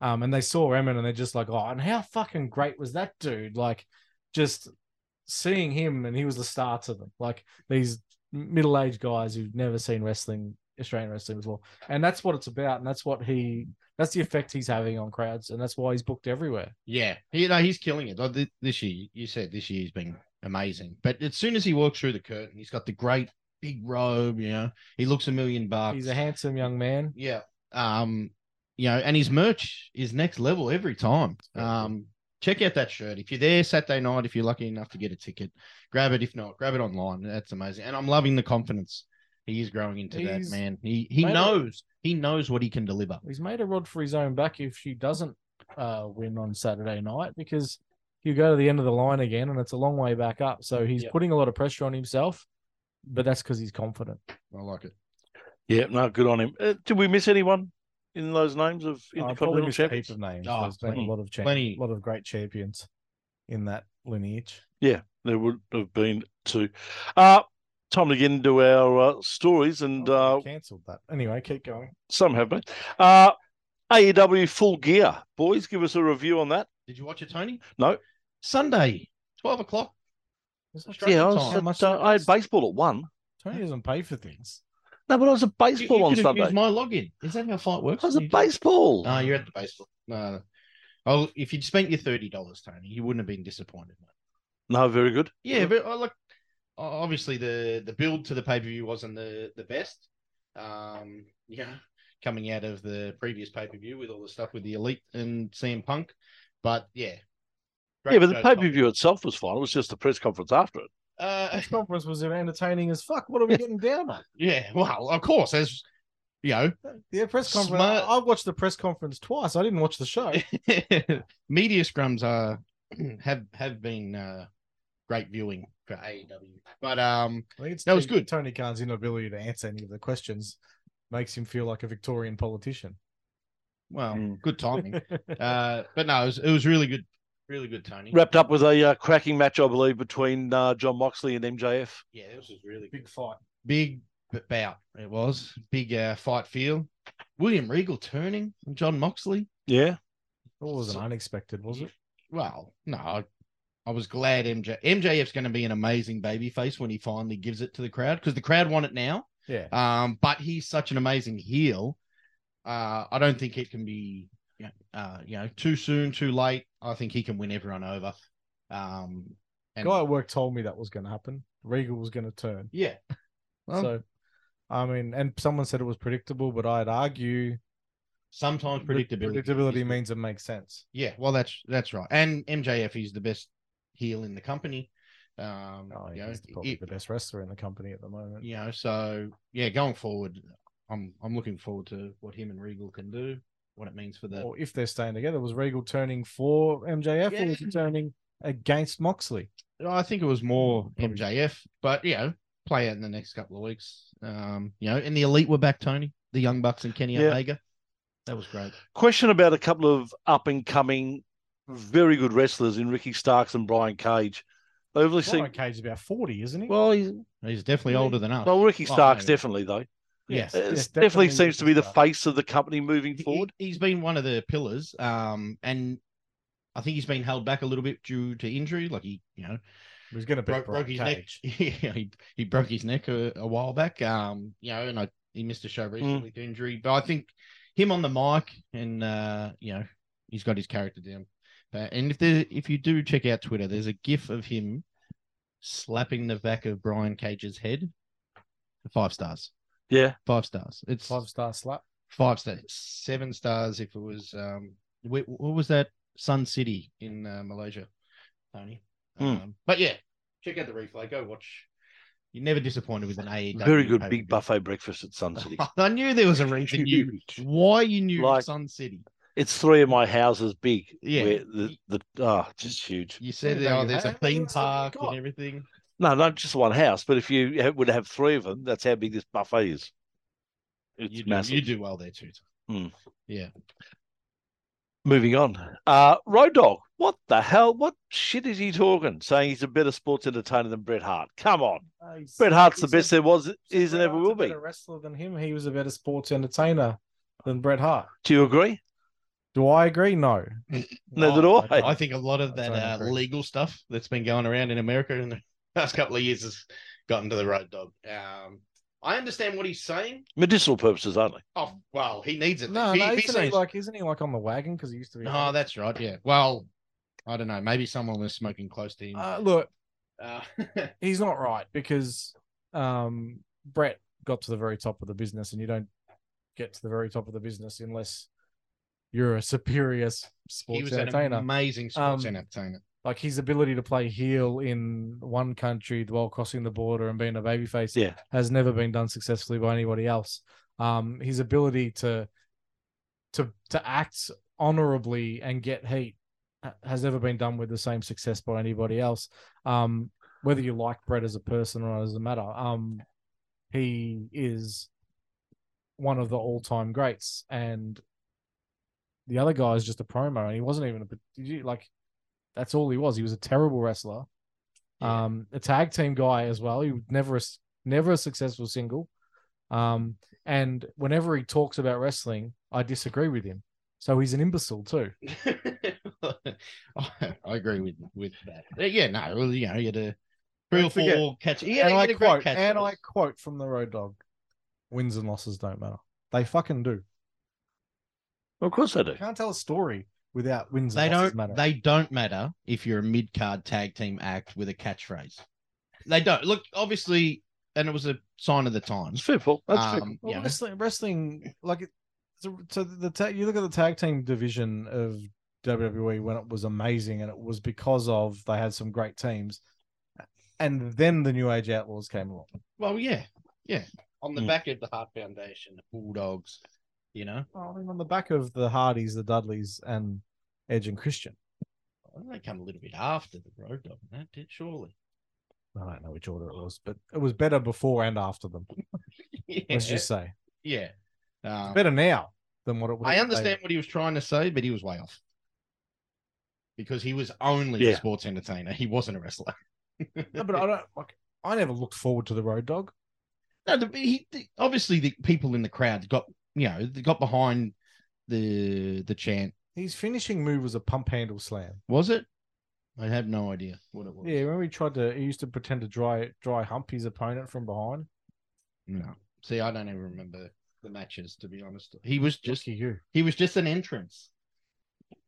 Speaker 3: Um, and they saw Emin and they're just like, oh, and how fucking great was that dude? Like, just seeing him and he was the star to them. Like these middle aged guys who've never seen wrestling, Australian wrestling before, and that's what it's about, and that's what he, That's the effect he's having on crowds, and that's why he's booked everywhere.
Speaker 4: Yeah, you know he's killing it. Like, thi- This year, you said this year's been amazing. But as soon as he walks through the curtain, he's got the great big robe. You know, he looks a million bucks.
Speaker 3: He's a handsome young man.
Speaker 4: yeah. Um, you know, and his merch is next level every time. Um, check out that shirt if you're there Saturday night. If you're lucky enough to get a ticket, grab it. If not, grab it online. That's amazing. And I'm loving the confidence he is growing into
Speaker 3: He's-
Speaker 4: that man. He he
Speaker 3: Mate, I-
Speaker 4: knows he knows what he can deliver.
Speaker 3: He's made a rod for his own back if she doesn't uh, win on Saturday night because you go to the end of the line again, and it's a long way back up. So he's
Speaker 4: Yeah.
Speaker 3: putting a lot of pressure on himself, but that's because he's confident.
Speaker 4: I like it.
Speaker 2: Yeah, no, good on him. Uh, did we miss anyone in those names of
Speaker 3: I Uh, probably
Speaker 2: intercontinental
Speaker 3: missed a
Speaker 2: champions?
Speaker 3: heap of names.
Speaker 4: Oh,
Speaker 3: There's been
Speaker 4: plenty,
Speaker 3: a lot of cha-
Speaker 4: plenty.
Speaker 3: lot of great champions in that lineage.
Speaker 2: There would have been two. Uh, time to get into our uh, stories, and
Speaker 3: Oh,
Speaker 2: uh,
Speaker 3: we cancelled that. Anyway, keep going.
Speaker 2: some have been. Uh, AEW Full Gear, boys, give us a review on that.
Speaker 4: Did you watch it, Tony?
Speaker 2: No.
Speaker 4: Sunday, twelve o'clock. Australian
Speaker 2: Yeah, I,
Speaker 4: time.
Speaker 2: was
Speaker 3: How
Speaker 2: at,
Speaker 3: much
Speaker 2: uh,
Speaker 3: that
Speaker 2: I
Speaker 3: is?
Speaker 2: had baseball at one.
Speaker 3: Tony doesn't pay for things.
Speaker 2: No, but I was at
Speaker 4: You-
Speaker 2: baseball
Speaker 4: you
Speaker 2: on
Speaker 4: could've
Speaker 2: Sunday.
Speaker 4: used my login. Is that how Fight works?
Speaker 2: I was
Speaker 4: You
Speaker 2: at
Speaker 4: just-
Speaker 2: baseball.
Speaker 4: No, you're at the baseball. No. Oh, if you'd spent your thirty dollars, Tony, you wouldn't have been disappointed. Mate.
Speaker 2: no, very good.
Speaker 4: Yeah, but I look, o- obviously the the build to the pay per view wasn't the the best. Um, yeah, coming out of the previous pay per view with all the stuff with the elite and CM Punk, but yeah,
Speaker 2: yeah, but the
Speaker 4: show,
Speaker 2: pay
Speaker 4: Tony.
Speaker 2: per view itself was fine. It was just the press conference after it.
Speaker 4: Uh,
Speaker 3: This conference was entertaining as fuck. What are we getting down on?
Speaker 4: yeah, well, of course, as you know,
Speaker 3: Yeah, press conference.
Speaker 4: Smart.
Speaker 3: I I watched the press conference twice. I didn't watch the show.
Speaker 4: media scrums are have have been uh, great viewing for AEW, but um,
Speaker 3: I think it's
Speaker 4: That was
Speaker 3: Tony-
Speaker 4: good.
Speaker 3: Tony Khan's inability to answer any of the questions makes him feel like a Victorian politician.
Speaker 4: well,
Speaker 2: Hmm.
Speaker 4: good timing. uh, but no, it was, it was really good, really good, Tony.
Speaker 2: Wrapped up with a uh, cracking match, I believe, between uh, John Moxley and MJF.
Speaker 4: Yeah, this was really good.
Speaker 3: Big fight.
Speaker 4: big b- bout. It was big uh, fight feel. William Regal turning on John Moxley.
Speaker 2: Yeah,
Speaker 3: It wasn't
Speaker 4: So-
Speaker 3: unexpected, was it?
Speaker 4: Well, no, I, I was glad MJ MJF's going to be an amazing babyface when he finally gives it to the crowd because the crowd want it now.
Speaker 3: Yeah.
Speaker 4: Um, but he's such an amazing heel. Uh, I don't think it can be, you know, uh, you know, too soon, too late. I think he can win everyone over. Um, and
Speaker 3: guy at work told me that was going to happen. Regal was going to turn.
Speaker 4: yeah, well,
Speaker 3: So, I mean, and someone said it was predictable, but I'd argue
Speaker 4: sometimes predictability. is
Speaker 3: predictability
Speaker 4: good.
Speaker 3: means it makes sense.
Speaker 4: Yeah, well, that's that's right. And MJF is the best heel in the company. Um,
Speaker 3: Oh,
Speaker 4: you know,
Speaker 3: he's probably
Speaker 4: it-
Speaker 3: the best wrestler in the company at the moment.
Speaker 4: you know, so yeah, going forward, I'm I'm looking forward to what him and Regal can do, what it means for the.
Speaker 3: Or if they're staying together, was Regal turning for MJF or was he
Speaker 4: Yeah.
Speaker 3: turning against Moxley?
Speaker 4: I think it was more
Speaker 3: mm,
Speaker 4: MJF, but you know, play out in the next couple of weeks. Um, you know, and the elite were back, Tony, the Young Bucks and Kenny
Speaker 2: Yeah.
Speaker 4: Omega. That was great.
Speaker 2: question about a couple of up and coming, very good wrestlers in Ricky Starks and Brian Cage. They obviously,
Speaker 3: Brian Cage is about 40, isn't he?
Speaker 2: well, he's,
Speaker 4: He's definitely
Speaker 3: Really?
Speaker 4: older than us.
Speaker 2: well, Ricky
Speaker 4: Oh,
Speaker 2: Starks
Speaker 4: no.
Speaker 2: definitely though.
Speaker 4: yes.
Speaker 2: Uh,
Speaker 3: Yes,
Speaker 2: it's
Speaker 3: definitely
Speaker 2: definitely seems to be the
Speaker 3: Ricky
Speaker 2: face of the company moving
Speaker 4: He-
Speaker 2: forward.
Speaker 4: He, has been one of the pillars, um, and I think he's been held back a little bit due to injury. Like he, you know,
Speaker 3: He's going to beat
Speaker 4: broke,
Speaker 3: Brian
Speaker 4: broke his neck.
Speaker 3: Cage.
Speaker 4: yeah, he, he broke his neck a, a while back. Um, you know, and I, he missed a show recently with injury. But I think him on the mic, and uh, you know, he's got his character down. But, and if there, if you do check out Twitter, there's a GIF of him slapping the back of Brian Cage's head. Five stars.
Speaker 2: Yeah,
Speaker 4: Five stars. It's
Speaker 3: Five star slap.
Speaker 4: five stars, seven stars if it was. Um, wh- what was that? Sun City in uh, Malaysia, Tony.
Speaker 2: Hmm.
Speaker 4: Um, but yeah, check out the replay. Go watch. You're never disappointed with an AEW.
Speaker 2: very good
Speaker 4: pay-per-view.
Speaker 2: big buffet breakfast at Sun City.
Speaker 4: I knew there was a reason you
Speaker 2: Huge.
Speaker 4: why you knew
Speaker 2: Like-
Speaker 4: Sun City.
Speaker 2: It's three of my houses big.
Speaker 4: Yeah.
Speaker 2: where the the ah, just huge.
Speaker 4: You said
Speaker 3: Yeah,
Speaker 4: oh,
Speaker 3: they-
Speaker 4: there's a
Speaker 3: they-
Speaker 4: theme
Speaker 3: that's what
Speaker 4: park
Speaker 3: they've got.
Speaker 4: and everything.
Speaker 2: No, not just one house, but if you ha- would have three of them, that's how big this buffet is. It's
Speaker 4: You do,
Speaker 2: massive.
Speaker 4: you do well there too.
Speaker 2: Hmm.
Speaker 4: Yeah,
Speaker 2: Moving on. Uh, Road Dog, what the hell? What shit is he talking? Saying he's a better sports entertainer than Bret Hart. Come on.
Speaker 3: Uh, he's-
Speaker 2: Bret Hart's the
Speaker 3: he said-
Speaker 2: best there was,
Speaker 3: said
Speaker 2: is, and
Speaker 3: Bret
Speaker 2: ever
Speaker 3: Hart's
Speaker 2: will
Speaker 3: a
Speaker 2: be.
Speaker 3: Better wrestler than him. He was a better sports entertainer than Bret Hart.
Speaker 2: Do you agree?
Speaker 3: Do I agree? No.
Speaker 2: Neither do I.
Speaker 4: I think a lot of
Speaker 3: I
Speaker 4: that
Speaker 3: don't
Speaker 4: uh,
Speaker 3: agree.
Speaker 4: legal stuff that's been going around in America in the last couple of years has gotten to the road dog. Um, I understand what he's saying.
Speaker 2: Medicinal purposes only.
Speaker 4: Oh, well, he needs it.
Speaker 3: No,
Speaker 4: If he-
Speaker 3: no,
Speaker 4: if he
Speaker 3: isn't he
Speaker 4: says-
Speaker 3: like isn't he like on the wagon because he used to be?
Speaker 4: No, that's right. Yeah. Well, I don't know. Maybe someone was smoking close to him.
Speaker 3: uh, look,
Speaker 4: Uh,
Speaker 3: he's not right because um, Brett got to the very top of the business, and you don't get to the very top of the business unless you're a superior s- sports
Speaker 4: he was an
Speaker 3: entertainer.
Speaker 4: amazing sports
Speaker 3: Um,
Speaker 4: entertainer.
Speaker 3: like his ability to play heel in one country while crossing the border and being a babyface
Speaker 2: Yeah.
Speaker 3: has never been done successfully by anybody else. Um, his ability to to to act honorably and get heat ha- has never been done with the same success by anybody else. Um, whether you like Brett as a person or not doesn't matter. Um, he is one of the all time greats, and the other guy is just a promo, and he wasn't even a did you- like. That's all he was. He was a terrible wrestler,
Speaker 4: Yeah.
Speaker 3: um, a tag team guy as well. He was never a, s- never a successful single. Um, and whenever he talks about wrestling, I disagree with him. So he's an imbecile too.
Speaker 4: I agree with with that. Uh, Yeah, no, well, you know, you had a three
Speaker 3: Don't
Speaker 4: or
Speaker 3: forget-
Speaker 4: four catch. Yeah,
Speaker 3: and
Speaker 4: he
Speaker 3: I
Speaker 4: had a great
Speaker 3: quote,
Speaker 4: catch.
Speaker 3: and I quote from the Road Dog: "Wins and losses don't matter. They fucking do.
Speaker 2: Of course they do.
Speaker 3: You can't tell a story without wins.
Speaker 4: They
Speaker 3: and losses
Speaker 4: don't.
Speaker 3: matter.
Speaker 4: They don't matter if you're a mid card tag team act with a catchphrase. They don't look obviously, and it was a sign of the times.
Speaker 2: It's fair, Paul. That's fair.
Speaker 4: Um,
Speaker 3: Well,
Speaker 4: you know,
Speaker 3: wrestling, wrestling, like it, so, so the ta- you look at the tag team division of WWE when it was amazing, and it was because of they had some great teams, and then the New Age Outlaws came along.
Speaker 4: well, yeah, yeah. On the
Speaker 2: Mm.
Speaker 4: back of the Heart Foundation, the Bulldogs, you know,
Speaker 3: I mean, on the back of the Hardys, the Dudleys, and Edge and Christian.
Speaker 4: Well, they come a little bit after the Road Dog, and that did surely.
Speaker 3: I don't know which order it was, but it was better before and after them.
Speaker 4: Yeah,
Speaker 3: Let's just say.
Speaker 4: yeah. Um,
Speaker 3: better now than what it was.
Speaker 4: I understand what he was trying to say, but he was way off because he was only
Speaker 2: Yeah.
Speaker 4: a sports entertainer. He wasn't a wrestler.
Speaker 3: No, but I don't like. I never looked forward to the Road Dog.
Speaker 4: No, the, he the, obviously the people in the crowd got you know they got behind the the chant.
Speaker 3: His finishing move was a pump handle slam.
Speaker 4: Was it? I have no idea what it was.
Speaker 3: Yeah, when we tried to, he used to pretend to dry dry hump his opponent from behind.
Speaker 4: No. See, I don't even remember the matches to be honest. He was just
Speaker 3: Lucky you.
Speaker 4: he was just an entrance.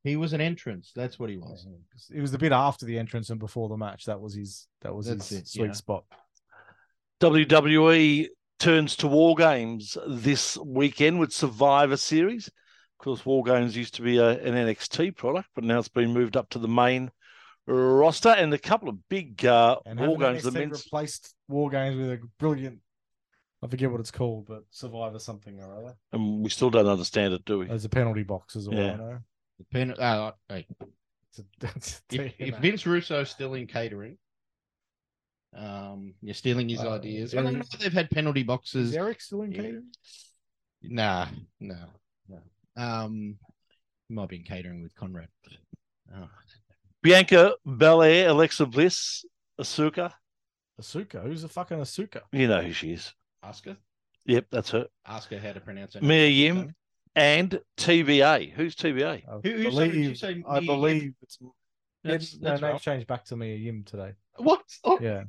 Speaker 4: He was an entrance. That's what he was.
Speaker 3: It was the bit after the entrance and before the match. That was his. That was
Speaker 4: That's
Speaker 3: his
Speaker 4: it,
Speaker 3: sweet
Speaker 4: yeah.
Speaker 3: spot.
Speaker 2: WWE E turns to War Games this weekend with Survivor Series. Of course, War Games used to be a, an NXT product, but now it's been moved up to the main roster. And a couple of big uh,
Speaker 3: And
Speaker 2: War
Speaker 3: having
Speaker 2: Games, the
Speaker 3: NXT
Speaker 2: men's
Speaker 3: replaced War Games with a brilliant. I forget what it's called, but Survivor something or other.
Speaker 2: and we still don't understand it, do we?
Speaker 3: There's a penalty box as well.
Speaker 2: Yeah.
Speaker 3: I know.
Speaker 4: The pen, uh, hey,
Speaker 3: It's a, that's a
Speaker 4: if,
Speaker 3: you
Speaker 4: if
Speaker 3: know.
Speaker 4: Vince Russo's still in catering, um, you're stealing his
Speaker 3: Uh,
Speaker 4: ideas.
Speaker 3: there
Speaker 4: I don't
Speaker 3: is-
Speaker 4: know if they've had penalty boxes.
Speaker 3: is Eric still in
Speaker 4: Yeah.
Speaker 3: catering?
Speaker 4: Nah, no, no. Um, might be in catering with Conrad. Oh,
Speaker 2: Bianca Belair, Alexa Bliss, Asuka.
Speaker 3: Asuka, who's a fucking Asuka?
Speaker 2: You know who she is.
Speaker 4: ask her.
Speaker 2: Yep, that's her.
Speaker 4: Ask her how to pronounce it.
Speaker 2: Mia Yim and TBA. Who's TBA?
Speaker 3: I
Speaker 4: Who- who said-
Speaker 3: believe,
Speaker 4: did you say
Speaker 3: I
Speaker 4: Mia
Speaker 3: believe it's
Speaker 4: That's,
Speaker 3: yeah, no,
Speaker 4: that's
Speaker 3: they've
Speaker 4: right.
Speaker 3: changed back to Mia Yim today.
Speaker 4: What? Oh,
Speaker 3: Yeah,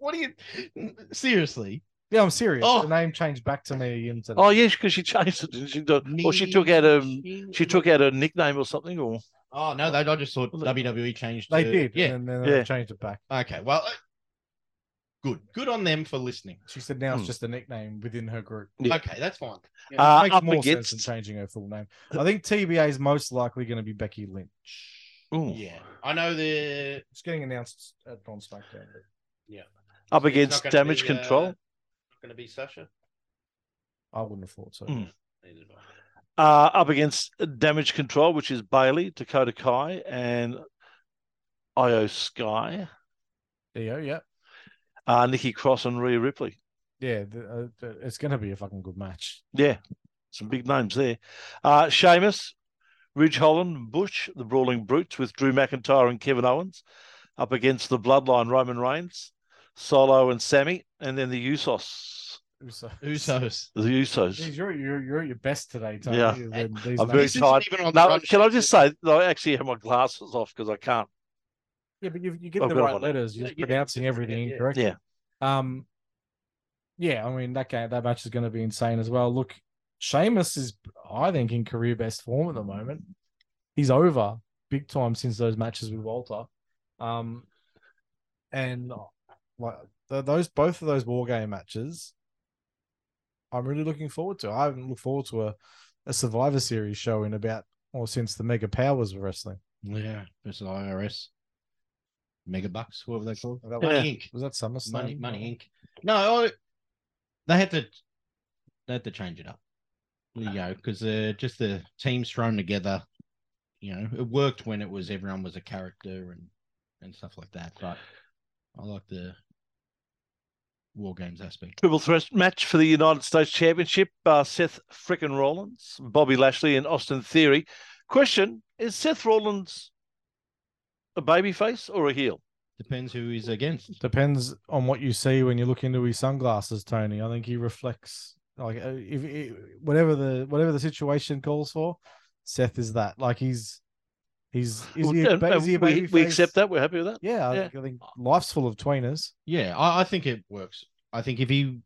Speaker 4: what do you? Seriously,
Speaker 3: yeah, I'm serious.
Speaker 4: Oh.
Speaker 3: The name changed back to Mia Yim today.
Speaker 2: Oh, yes, because she changed it, didn't she? Or she took out a she took out a nickname or something, or
Speaker 4: Oh no, they, I just thought
Speaker 2: Well, they-
Speaker 4: WWE changed.
Speaker 3: they
Speaker 4: to-
Speaker 3: did,
Speaker 4: Yeah.
Speaker 3: and then they
Speaker 2: Yeah.
Speaker 3: changed it back.
Speaker 4: Okay. Well, uh, good. Good on them for listening.
Speaker 3: She said now
Speaker 2: Hmm.
Speaker 3: it's just a nickname within her group.
Speaker 2: Yeah.
Speaker 4: Okay, that's fine.
Speaker 3: It
Speaker 2: Uh,
Speaker 3: makes
Speaker 2: up
Speaker 3: more sense
Speaker 2: against-
Speaker 3: than changing her full name. I think TBA is most likely going to be Becky Lynch.
Speaker 2: Ooh.
Speaker 4: Yeah, I know the
Speaker 3: It's getting announced at Braun SmackDown. but
Speaker 2: up
Speaker 4: It's
Speaker 2: against
Speaker 4: not gonna
Speaker 2: damage
Speaker 4: be, uh,
Speaker 2: control.
Speaker 4: Not going to be Sasha.
Speaker 3: I wouldn't have thought so.
Speaker 2: Hmm.
Speaker 4: Neither do I.
Speaker 2: Uh, up against damage control, which is Bailey, Dakota Kai, and Io Sky.
Speaker 3: Io, E yeah,
Speaker 2: Uh, Nikki Cross and Rhea Ripley.
Speaker 3: yeah. The, uh, it's going to be a fucking good match.
Speaker 2: Yeah, some big names there. Uh, Sheamus, Ridge Holland, Bush, the Brawling Brutes with Drew McIntyre and Kevin Owens up against the Bloodline, Roman Reigns, Solo and Sammy, and then the Usos.
Speaker 3: Uso.
Speaker 4: Usos.
Speaker 2: The Usos.
Speaker 3: Jeez, you're, you're you're at your best today, Tony.
Speaker 2: Yeah.
Speaker 3: than these
Speaker 2: I'm very
Speaker 3: names.
Speaker 4: This isn't
Speaker 2: tired.
Speaker 4: even on the
Speaker 2: No,
Speaker 4: run
Speaker 2: can I
Speaker 4: sheet.
Speaker 2: just say that I actually have my glasses off because I can't.
Speaker 3: Yeah, but you, you get
Speaker 2: I've
Speaker 3: the
Speaker 2: got
Speaker 3: right
Speaker 2: one.
Speaker 3: letters. You're
Speaker 4: Yeah,
Speaker 3: just
Speaker 4: yeah,
Speaker 3: pronouncing
Speaker 4: yeah,
Speaker 3: everything
Speaker 4: yeah.
Speaker 3: incorrectly.
Speaker 2: Yeah.
Speaker 3: Um, yeah, I mean that game that match is going to be insane as well. Look, Sheamus is I think in career best form at the moment. He's over big time since those matches with Walter, um, and like th- those both of those war game matches, I'm really looking forward to. I haven't looked forward to a, a Survivor Series show in about or since the Mega Powers of wrestling.
Speaker 4: Yeah, versus IRS, Mega Bucks, whatever they call
Speaker 3: Was that,
Speaker 2: Yeah.
Speaker 4: Inc.
Speaker 3: was that SummerSlam?
Speaker 4: Money, Money Inc. No, I- they had to, they had to change it up. You know, because uh, just the teams thrown together. You know, it worked when it was everyone was a character and and stuff like that. But I like the war games aspect.
Speaker 2: Triple threat match for the United States Championship. Uh, Seth frickin' Rollins, Bobby Lashley, and Austin Theory. Question Is Seth Rollins a babyface or a heel?
Speaker 4: Depends who he's against.
Speaker 3: Depends on what you see when you look into his sunglasses, Tony. I think he reflects like uh, if, if whatever the whatever the situation calls for, Seth is that. Like he's he's is he a,
Speaker 2: And-
Speaker 3: ba- is
Speaker 2: and
Speaker 3: he a
Speaker 2: we,
Speaker 3: baby
Speaker 2: we accept that. We're happy with that.
Speaker 3: Yeah, I,
Speaker 2: Yeah.
Speaker 3: Think, I think life's full of tweeners.
Speaker 4: Yeah, I, I think it works. I think if he,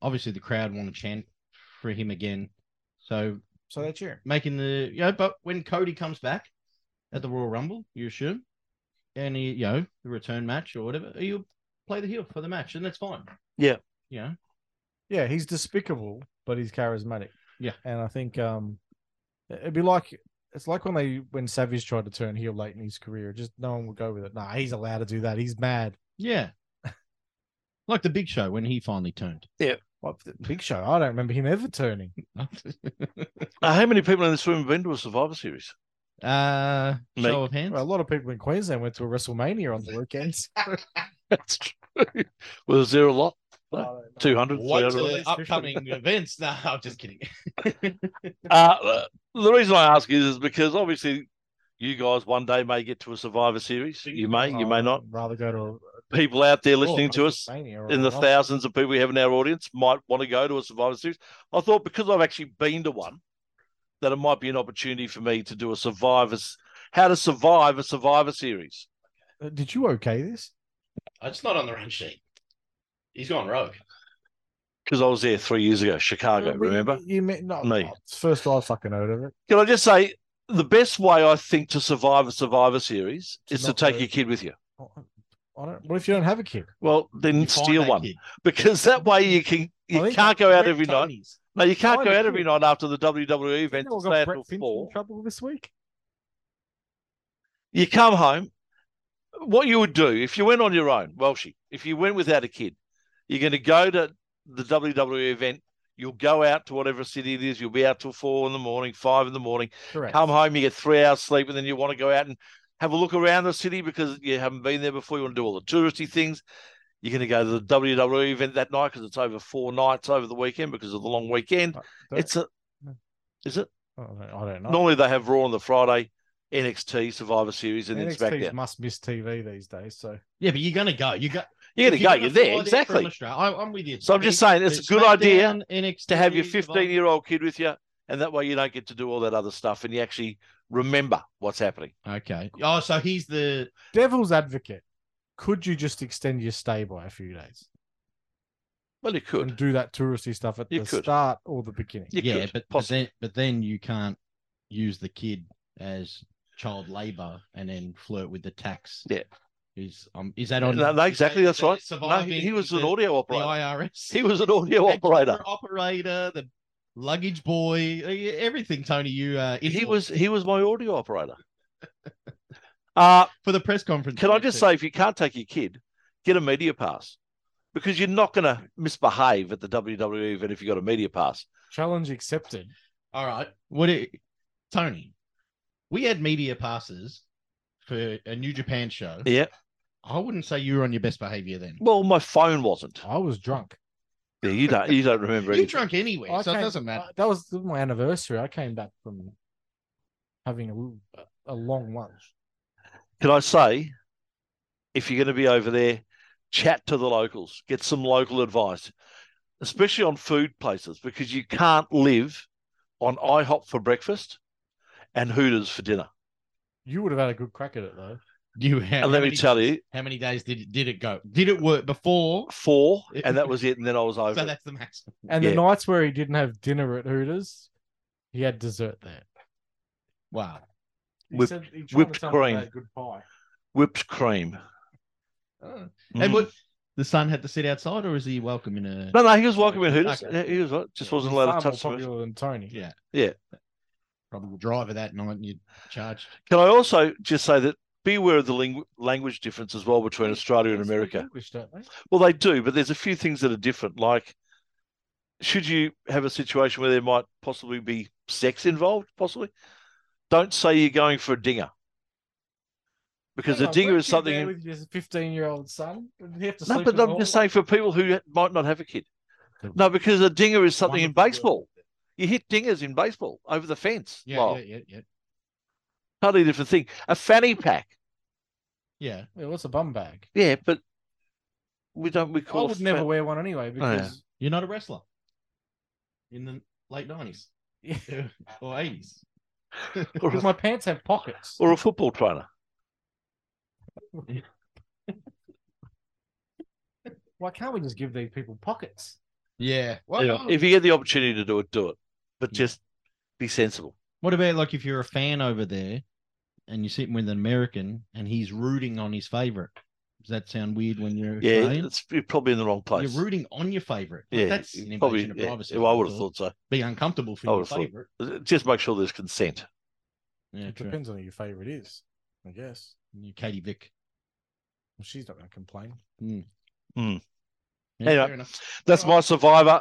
Speaker 4: obviously, the crowd want to chant for him again. So
Speaker 3: So they cheer.
Speaker 4: making the you know, but when Cody comes back at the Royal Rumble, you assume, and he, you know, the return match or whatever, he'll play the heel for the match, and that's fine.
Speaker 2: Yeah.
Speaker 4: You know,
Speaker 3: Yeah, he's despicable, but he's charismatic.
Speaker 4: Yeah.
Speaker 3: and I think um, it'd be like it's like when they when Savage tried to turn heel late in his career, just no one would go with it. Nah, he's allowed to do that. He's mad.
Speaker 4: yeah. like the Big Show when he finally turned.
Speaker 3: What Big Show? I don't remember him ever turning.
Speaker 2: Uh, how many people in this room have been to a Survivor Series?
Speaker 4: uh,
Speaker 2: Me.
Speaker 4: show of hands.
Speaker 3: Well, a lot of people in Queensland went to a WrestleMania on the weekends.
Speaker 2: That's true. Was there a lot? 200?
Speaker 4: Wait
Speaker 2: 300?
Speaker 4: till the upcoming events. No, I'm just kidding.
Speaker 2: Uh, the reason I ask is, is because obviously you guys one day may get to a Survivor Series. You may, you
Speaker 4: Oh.
Speaker 2: may not.
Speaker 3: Rather go to
Speaker 2: People out there
Speaker 3: a
Speaker 2: listening to us
Speaker 3: WrestleMania or
Speaker 2: in
Speaker 3: a
Speaker 2: the
Speaker 3: Rumble.
Speaker 2: thousands of people we have in our audience might want to go to a Survivor Series. I thought because I've actually been to one, that it might be an opportunity for me to do a Survivor's how to survive a Survivor Series.
Speaker 3: Uh, Did you okay this?
Speaker 7: It's not on the run sheet. He's gone rogue.
Speaker 2: Because I was there three years ago, Chicago.
Speaker 3: Uh, we-
Speaker 2: remember?
Speaker 3: You meant not
Speaker 2: Me.
Speaker 3: not- First I fucking heard of it.
Speaker 2: Can I just say the best way I think to survive a Survivor Series
Speaker 3: To
Speaker 2: is to
Speaker 3: not
Speaker 2: take
Speaker 3: go.
Speaker 2: your kid with you.
Speaker 3: I don't. What if you don't have a kid?
Speaker 2: Well, then
Speaker 4: You find
Speaker 2: steal
Speaker 4: that
Speaker 2: one
Speaker 4: kid.
Speaker 2: because that way you can
Speaker 3: I
Speaker 2: you
Speaker 3: think
Speaker 2: can't go out
Speaker 4: Brett
Speaker 2: every night.
Speaker 4: Tony's.
Speaker 2: No, you can't
Speaker 3: Find
Speaker 2: go
Speaker 3: a
Speaker 2: out
Speaker 3: kid.
Speaker 2: every night after the WWE event.
Speaker 3: Well,
Speaker 2: and
Speaker 3: got
Speaker 2: Stay out
Speaker 3: Brett
Speaker 2: till
Speaker 3: Finch in
Speaker 2: four.
Speaker 3: trouble this week.
Speaker 2: you come home. What you would do if you went on your own, Welshie, if you went without a kid, you're going to go to the WWE event. You'll go out to whatever city it is. You'll be out till four in the morning, five in the morning.
Speaker 3: Correct.
Speaker 2: Come home, you get three hours sleep, and then you want to go out and have a look around the city because you haven't been there before. You want to do all the touristy things. You're going to go to the WWE event that night because it's over four nights over the weekend because of the long weekend.
Speaker 3: Don't-
Speaker 2: It's a, is it?
Speaker 3: I don't, I don't know.
Speaker 2: Normally they have Raw on the Friday, NXT Survivor Series, and then
Speaker 3: NXT's
Speaker 2: SmackDown.
Speaker 3: must miss TV these days. So
Speaker 4: Yeah, but you're gonna go. You got.
Speaker 2: You're going
Speaker 4: if
Speaker 2: to go.
Speaker 4: gonna
Speaker 2: You're
Speaker 4: fly
Speaker 2: there.
Speaker 4: from
Speaker 2: Exactly.
Speaker 4: Australia, I- I'm with you.
Speaker 2: So I'm just saying it's a good idea to have your 15
Speaker 4: year.
Speaker 2: year old kid with you, and that way you don't get to do all that other stuff, and you actually remember what's happening.
Speaker 4: Okay. Oh, so he's the
Speaker 3: devil's advocate, could you just extend your stay by a few days
Speaker 2: Well, you
Speaker 3: and
Speaker 2: could.
Speaker 3: do that touristy stuff at
Speaker 2: You
Speaker 3: the
Speaker 2: could.
Speaker 3: start or the beginning?
Speaker 2: You
Speaker 4: yeah,
Speaker 2: could,
Speaker 4: but, but
Speaker 2: possibly.
Speaker 4: then but then you can't use the kid as child labor and then flirt with the tax.
Speaker 2: Yeah.
Speaker 4: Is um is that on?
Speaker 2: No, no, exactly. That's right. No,
Speaker 4: Surviving
Speaker 2: he he was
Speaker 4: the,
Speaker 2: an audio
Speaker 4: the
Speaker 2: operator.
Speaker 4: IRS.
Speaker 2: He was an audio
Speaker 4: the camera
Speaker 2: operator.
Speaker 4: operator, the luggage boy, eh, everything. Tony, you uh,
Speaker 2: He
Speaker 4: influenced
Speaker 2: was he was my audio operator. Uh,
Speaker 4: for the press conference.
Speaker 2: can I
Speaker 4: you
Speaker 2: just
Speaker 4: said.
Speaker 2: say, if you can't take your kid, get a media pass because you're not going to misbehave at the WWE event if you got a media pass.
Speaker 3: Challenge accepted.
Speaker 4: All right. What it, Tony? We had media passes for a New Japan show.
Speaker 2: Yeah.
Speaker 4: I wouldn't say you were on your best behavior then.
Speaker 2: Well, my phone wasn't.
Speaker 3: I was drunk.
Speaker 2: Yeah, you don't you don't remember
Speaker 4: You're
Speaker 2: anything.
Speaker 4: drunk anyway,
Speaker 3: I
Speaker 4: so it
Speaker 3: came-
Speaker 4: doesn't matter.
Speaker 3: I- that was my anniversary. I came back from having a, l- a long lunch.
Speaker 2: Can I say, if you're going to be over there, chat to the locals, get some local advice, especially on food places, because you can't live on IHOP for breakfast and Hooters for dinner.
Speaker 3: You would have had a good crack at it though.
Speaker 4: You how,
Speaker 2: and
Speaker 4: how
Speaker 2: let me
Speaker 4: many-
Speaker 2: tell you,
Speaker 4: how many days did it, did it go? Did it work before?
Speaker 2: four, and that was it. And then I was over.
Speaker 4: So
Speaker 2: it.
Speaker 4: that's the maximum.
Speaker 3: And
Speaker 2: Yeah.
Speaker 3: the nights where he didn't have dinner at Hooters, he had dessert there.
Speaker 4: Wow.
Speaker 3: He
Speaker 2: Whipped-
Speaker 3: said he tried to
Speaker 2: whipped
Speaker 3: tell me
Speaker 2: cream.
Speaker 3: about Good pie.
Speaker 2: Whipped cream.
Speaker 4: Oh.
Speaker 2: Mm.
Speaker 4: And what the son had to sit outside, or is he welcome in a?
Speaker 2: No, no, he was welcome in Hooters.
Speaker 4: Okay.
Speaker 2: He was right. Just
Speaker 4: Yeah,
Speaker 2: wasn't
Speaker 3: He's
Speaker 2: allowed
Speaker 3: far
Speaker 2: to
Speaker 3: more
Speaker 2: touch them.
Speaker 3: popular than Tony.
Speaker 4: Yeah.
Speaker 2: Yeah.
Speaker 4: Probably the driver that night, and you'd charge.
Speaker 2: Can I also just say that be aware of the ling- language difference as well between Australia and
Speaker 3: They speak
Speaker 2: America?
Speaker 3: English, don't they?
Speaker 2: Well, they do, but there's a few things that are different. Like, should you have a situation where there might possibly be sex involved, possibly, don't say you're going for a dinger. Because
Speaker 3: Hang
Speaker 2: a
Speaker 3: on,
Speaker 2: dinger
Speaker 3: weren't
Speaker 2: is
Speaker 3: you
Speaker 2: something.
Speaker 3: there with your 15 year old son. You have to
Speaker 2: no,
Speaker 3: sleep in
Speaker 2: but
Speaker 3: the
Speaker 2: I'm just
Speaker 3: hallway.
Speaker 2: saying for people who might not have a kid.
Speaker 4: The-
Speaker 2: No, because a dinger is something in
Speaker 4: Wonderful world.
Speaker 2: baseball. You hit dingers in baseball over the fence.
Speaker 4: Yeah,
Speaker 2: Lyle.
Speaker 4: yeah, yeah,
Speaker 2: Totally different thing. A fanny pack.
Speaker 4: yeah, yeah.
Speaker 3: Yeah, what's a bum bag?
Speaker 2: Yeah, but we don't. We
Speaker 3: I
Speaker 2: call.
Speaker 3: would never wear one anyway
Speaker 4: Oh,
Speaker 3: because
Speaker 4: You're not a wrestler in the late nineties
Speaker 3: Yeah.
Speaker 4: or eighties.
Speaker 2: Or
Speaker 3: because
Speaker 2: a,
Speaker 3: my pants have pockets.
Speaker 2: or a football trainer.
Speaker 3: Why can't we just give these people pockets?
Speaker 4: Yeah.
Speaker 8: Well,
Speaker 2: Yeah, If you get the opportunity to do it, do it. But just be sensible.
Speaker 4: What about like if you're a fan over there and you're sitting with an American and he's rooting on his favorite? Does that sound weird when you're
Speaker 2: Yeah,
Speaker 4: Australian?
Speaker 2: it's you're probably in the wrong place.
Speaker 4: You're rooting on your favorite. Like,
Speaker 2: yeah,
Speaker 4: that's
Speaker 2: you
Speaker 4: an
Speaker 2: probably.
Speaker 4: invasion of
Speaker 2: yeah,
Speaker 4: privacy.
Speaker 2: well, I would have thought so.
Speaker 4: Be uncomfortable for
Speaker 2: I
Speaker 4: your
Speaker 2: would've thought.
Speaker 4: favorite.
Speaker 2: Just make sure there's consent.
Speaker 4: Yeah,
Speaker 3: It
Speaker 4: true.
Speaker 3: depends on who your favorite is, I guess.
Speaker 4: You're Katie Vick.
Speaker 3: Well, she's not going to complain.
Speaker 4: Yeah,
Speaker 2: Anyway.
Speaker 4: fair enough.
Speaker 2: That's
Speaker 4: Alright.
Speaker 2: my survivor.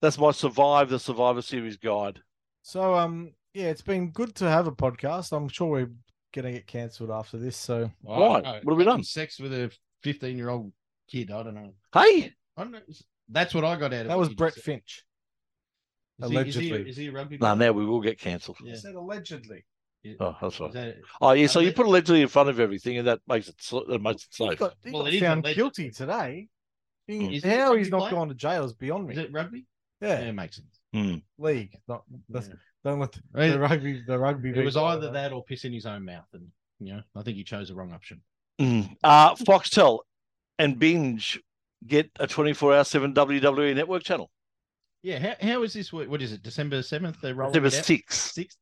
Speaker 2: That's my survive the Survivor Series guide.
Speaker 3: So, um, yeah, it's been good to have a podcast. I'm sure we're going to get cancelled after this. So,
Speaker 4: I don't
Speaker 2: Right,
Speaker 4: know.
Speaker 2: what have we done?
Speaker 4: Sex with a 15 year old kid. I don't know.
Speaker 2: Hey,
Speaker 4: I don't know. That's what I got out of it.
Speaker 3: that was
Speaker 4: You just
Speaker 3: Brett
Speaker 4: said-
Speaker 3: Finch.
Speaker 4: Is he- is he-
Speaker 3: Allegedly.
Speaker 4: Is he a rugby
Speaker 2: no,
Speaker 4: player?
Speaker 2: now we will get cancelled.
Speaker 4: Yeah.
Speaker 3: said allegedly.
Speaker 2: Oh, that's
Speaker 4: Is
Speaker 2: right.
Speaker 4: that-
Speaker 2: Oh, yeah. So
Speaker 4: Alle-
Speaker 2: you put allegedly in front of everything, and that makes it sl- that makes it
Speaker 3: He
Speaker 2: safe.
Speaker 3: got, he
Speaker 4: Well,
Speaker 3: got
Speaker 4: it is
Speaker 3: found
Speaker 4: allegedly.
Speaker 3: guilty today. He-
Speaker 4: Mm. Is he a
Speaker 3: how he's
Speaker 4: rugby
Speaker 3: not
Speaker 4: player?
Speaker 3: going to jail is beyond me.
Speaker 4: Is it rugby?
Speaker 3: yeah.
Speaker 4: Yeah, it makes sense.
Speaker 3: league. Not that's,
Speaker 4: Yeah.
Speaker 3: don't let the,
Speaker 4: Right.
Speaker 3: the rugby. The rugby.
Speaker 4: It
Speaker 3: league
Speaker 4: was
Speaker 3: go
Speaker 4: either
Speaker 3: there.
Speaker 4: that or piss in his own mouth. And, you know, I think he chose the wrong option.
Speaker 2: Mm. Uh, Foxtel and Binge get a 24 hour 7 WWE E network channel.
Speaker 4: Yeah. How, how is this? What, what is it? December 7th? They're rolling
Speaker 2: Number
Speaker 4: it out?
Speaker 2: six.
Speaker 4: 6th?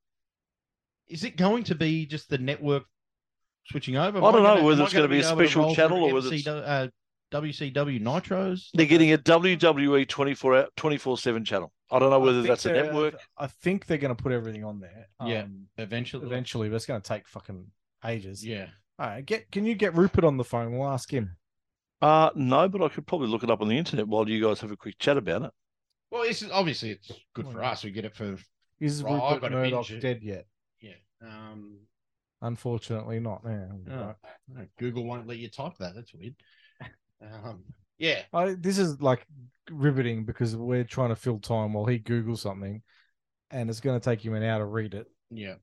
Speaker 4: Is it going to be just the network switching over?
Speaker 2: I don't know whether
Speaker 4: am I
Speaker 2: it's gonna be a
Speaker 4: able to
Speaker 2: special
Speaker 4: roll
Speaker 2: channel
Speaker 4: through
Speaker 2: or whether it's-
Speaker 4: MCW, uh, WCW Nitros.
Speaker 2: They're getting a E WWE 24 hour 24 7 channel. I
Speaker 4: Oh,
Speaker 2: don't know
Speaker 3: I
Speaker 2: whether
Speaker 3: think
Speaker 2: that's a
Speaker 3: they're-
Speaker 2: network.
Speaker 3: I think they're going to put everything on there.
Speaker 4: Yeah.
Speaker 3: um,
Speaker 4: eventually.
Speaker 3: eventually, but it's going to take fucking ages.
Speaker 4: Yeah.
Speaker 3: All right, get can you get Rupert on the phone? We'll ask him.
Speaker 2: Uh, no, but I could probably look it up on the internet while you guys have a quick chat about it.
Speaker 4: Well, it's obviously it's good for us. We get it for
Speaker 3: Is
Speaker 4: Right, I've
Speaker 3: Rupert
Speaker 4: gotta
Speaker 3: Murdoch
Speaker 4: binge it.
Speaker 3: dead yet?
Speaker 4: yeah. Um,
Speaker 3: Unfortunately, not. Yeah,
Speaker 4: Oh, no, Google won't let you type that. That's weird. Um, yeah,
Speaker 3: I, this is like riveting because we're trying to fill time while he googles something, and it's going to take him an hour to read it.
Speaker 4: yeah,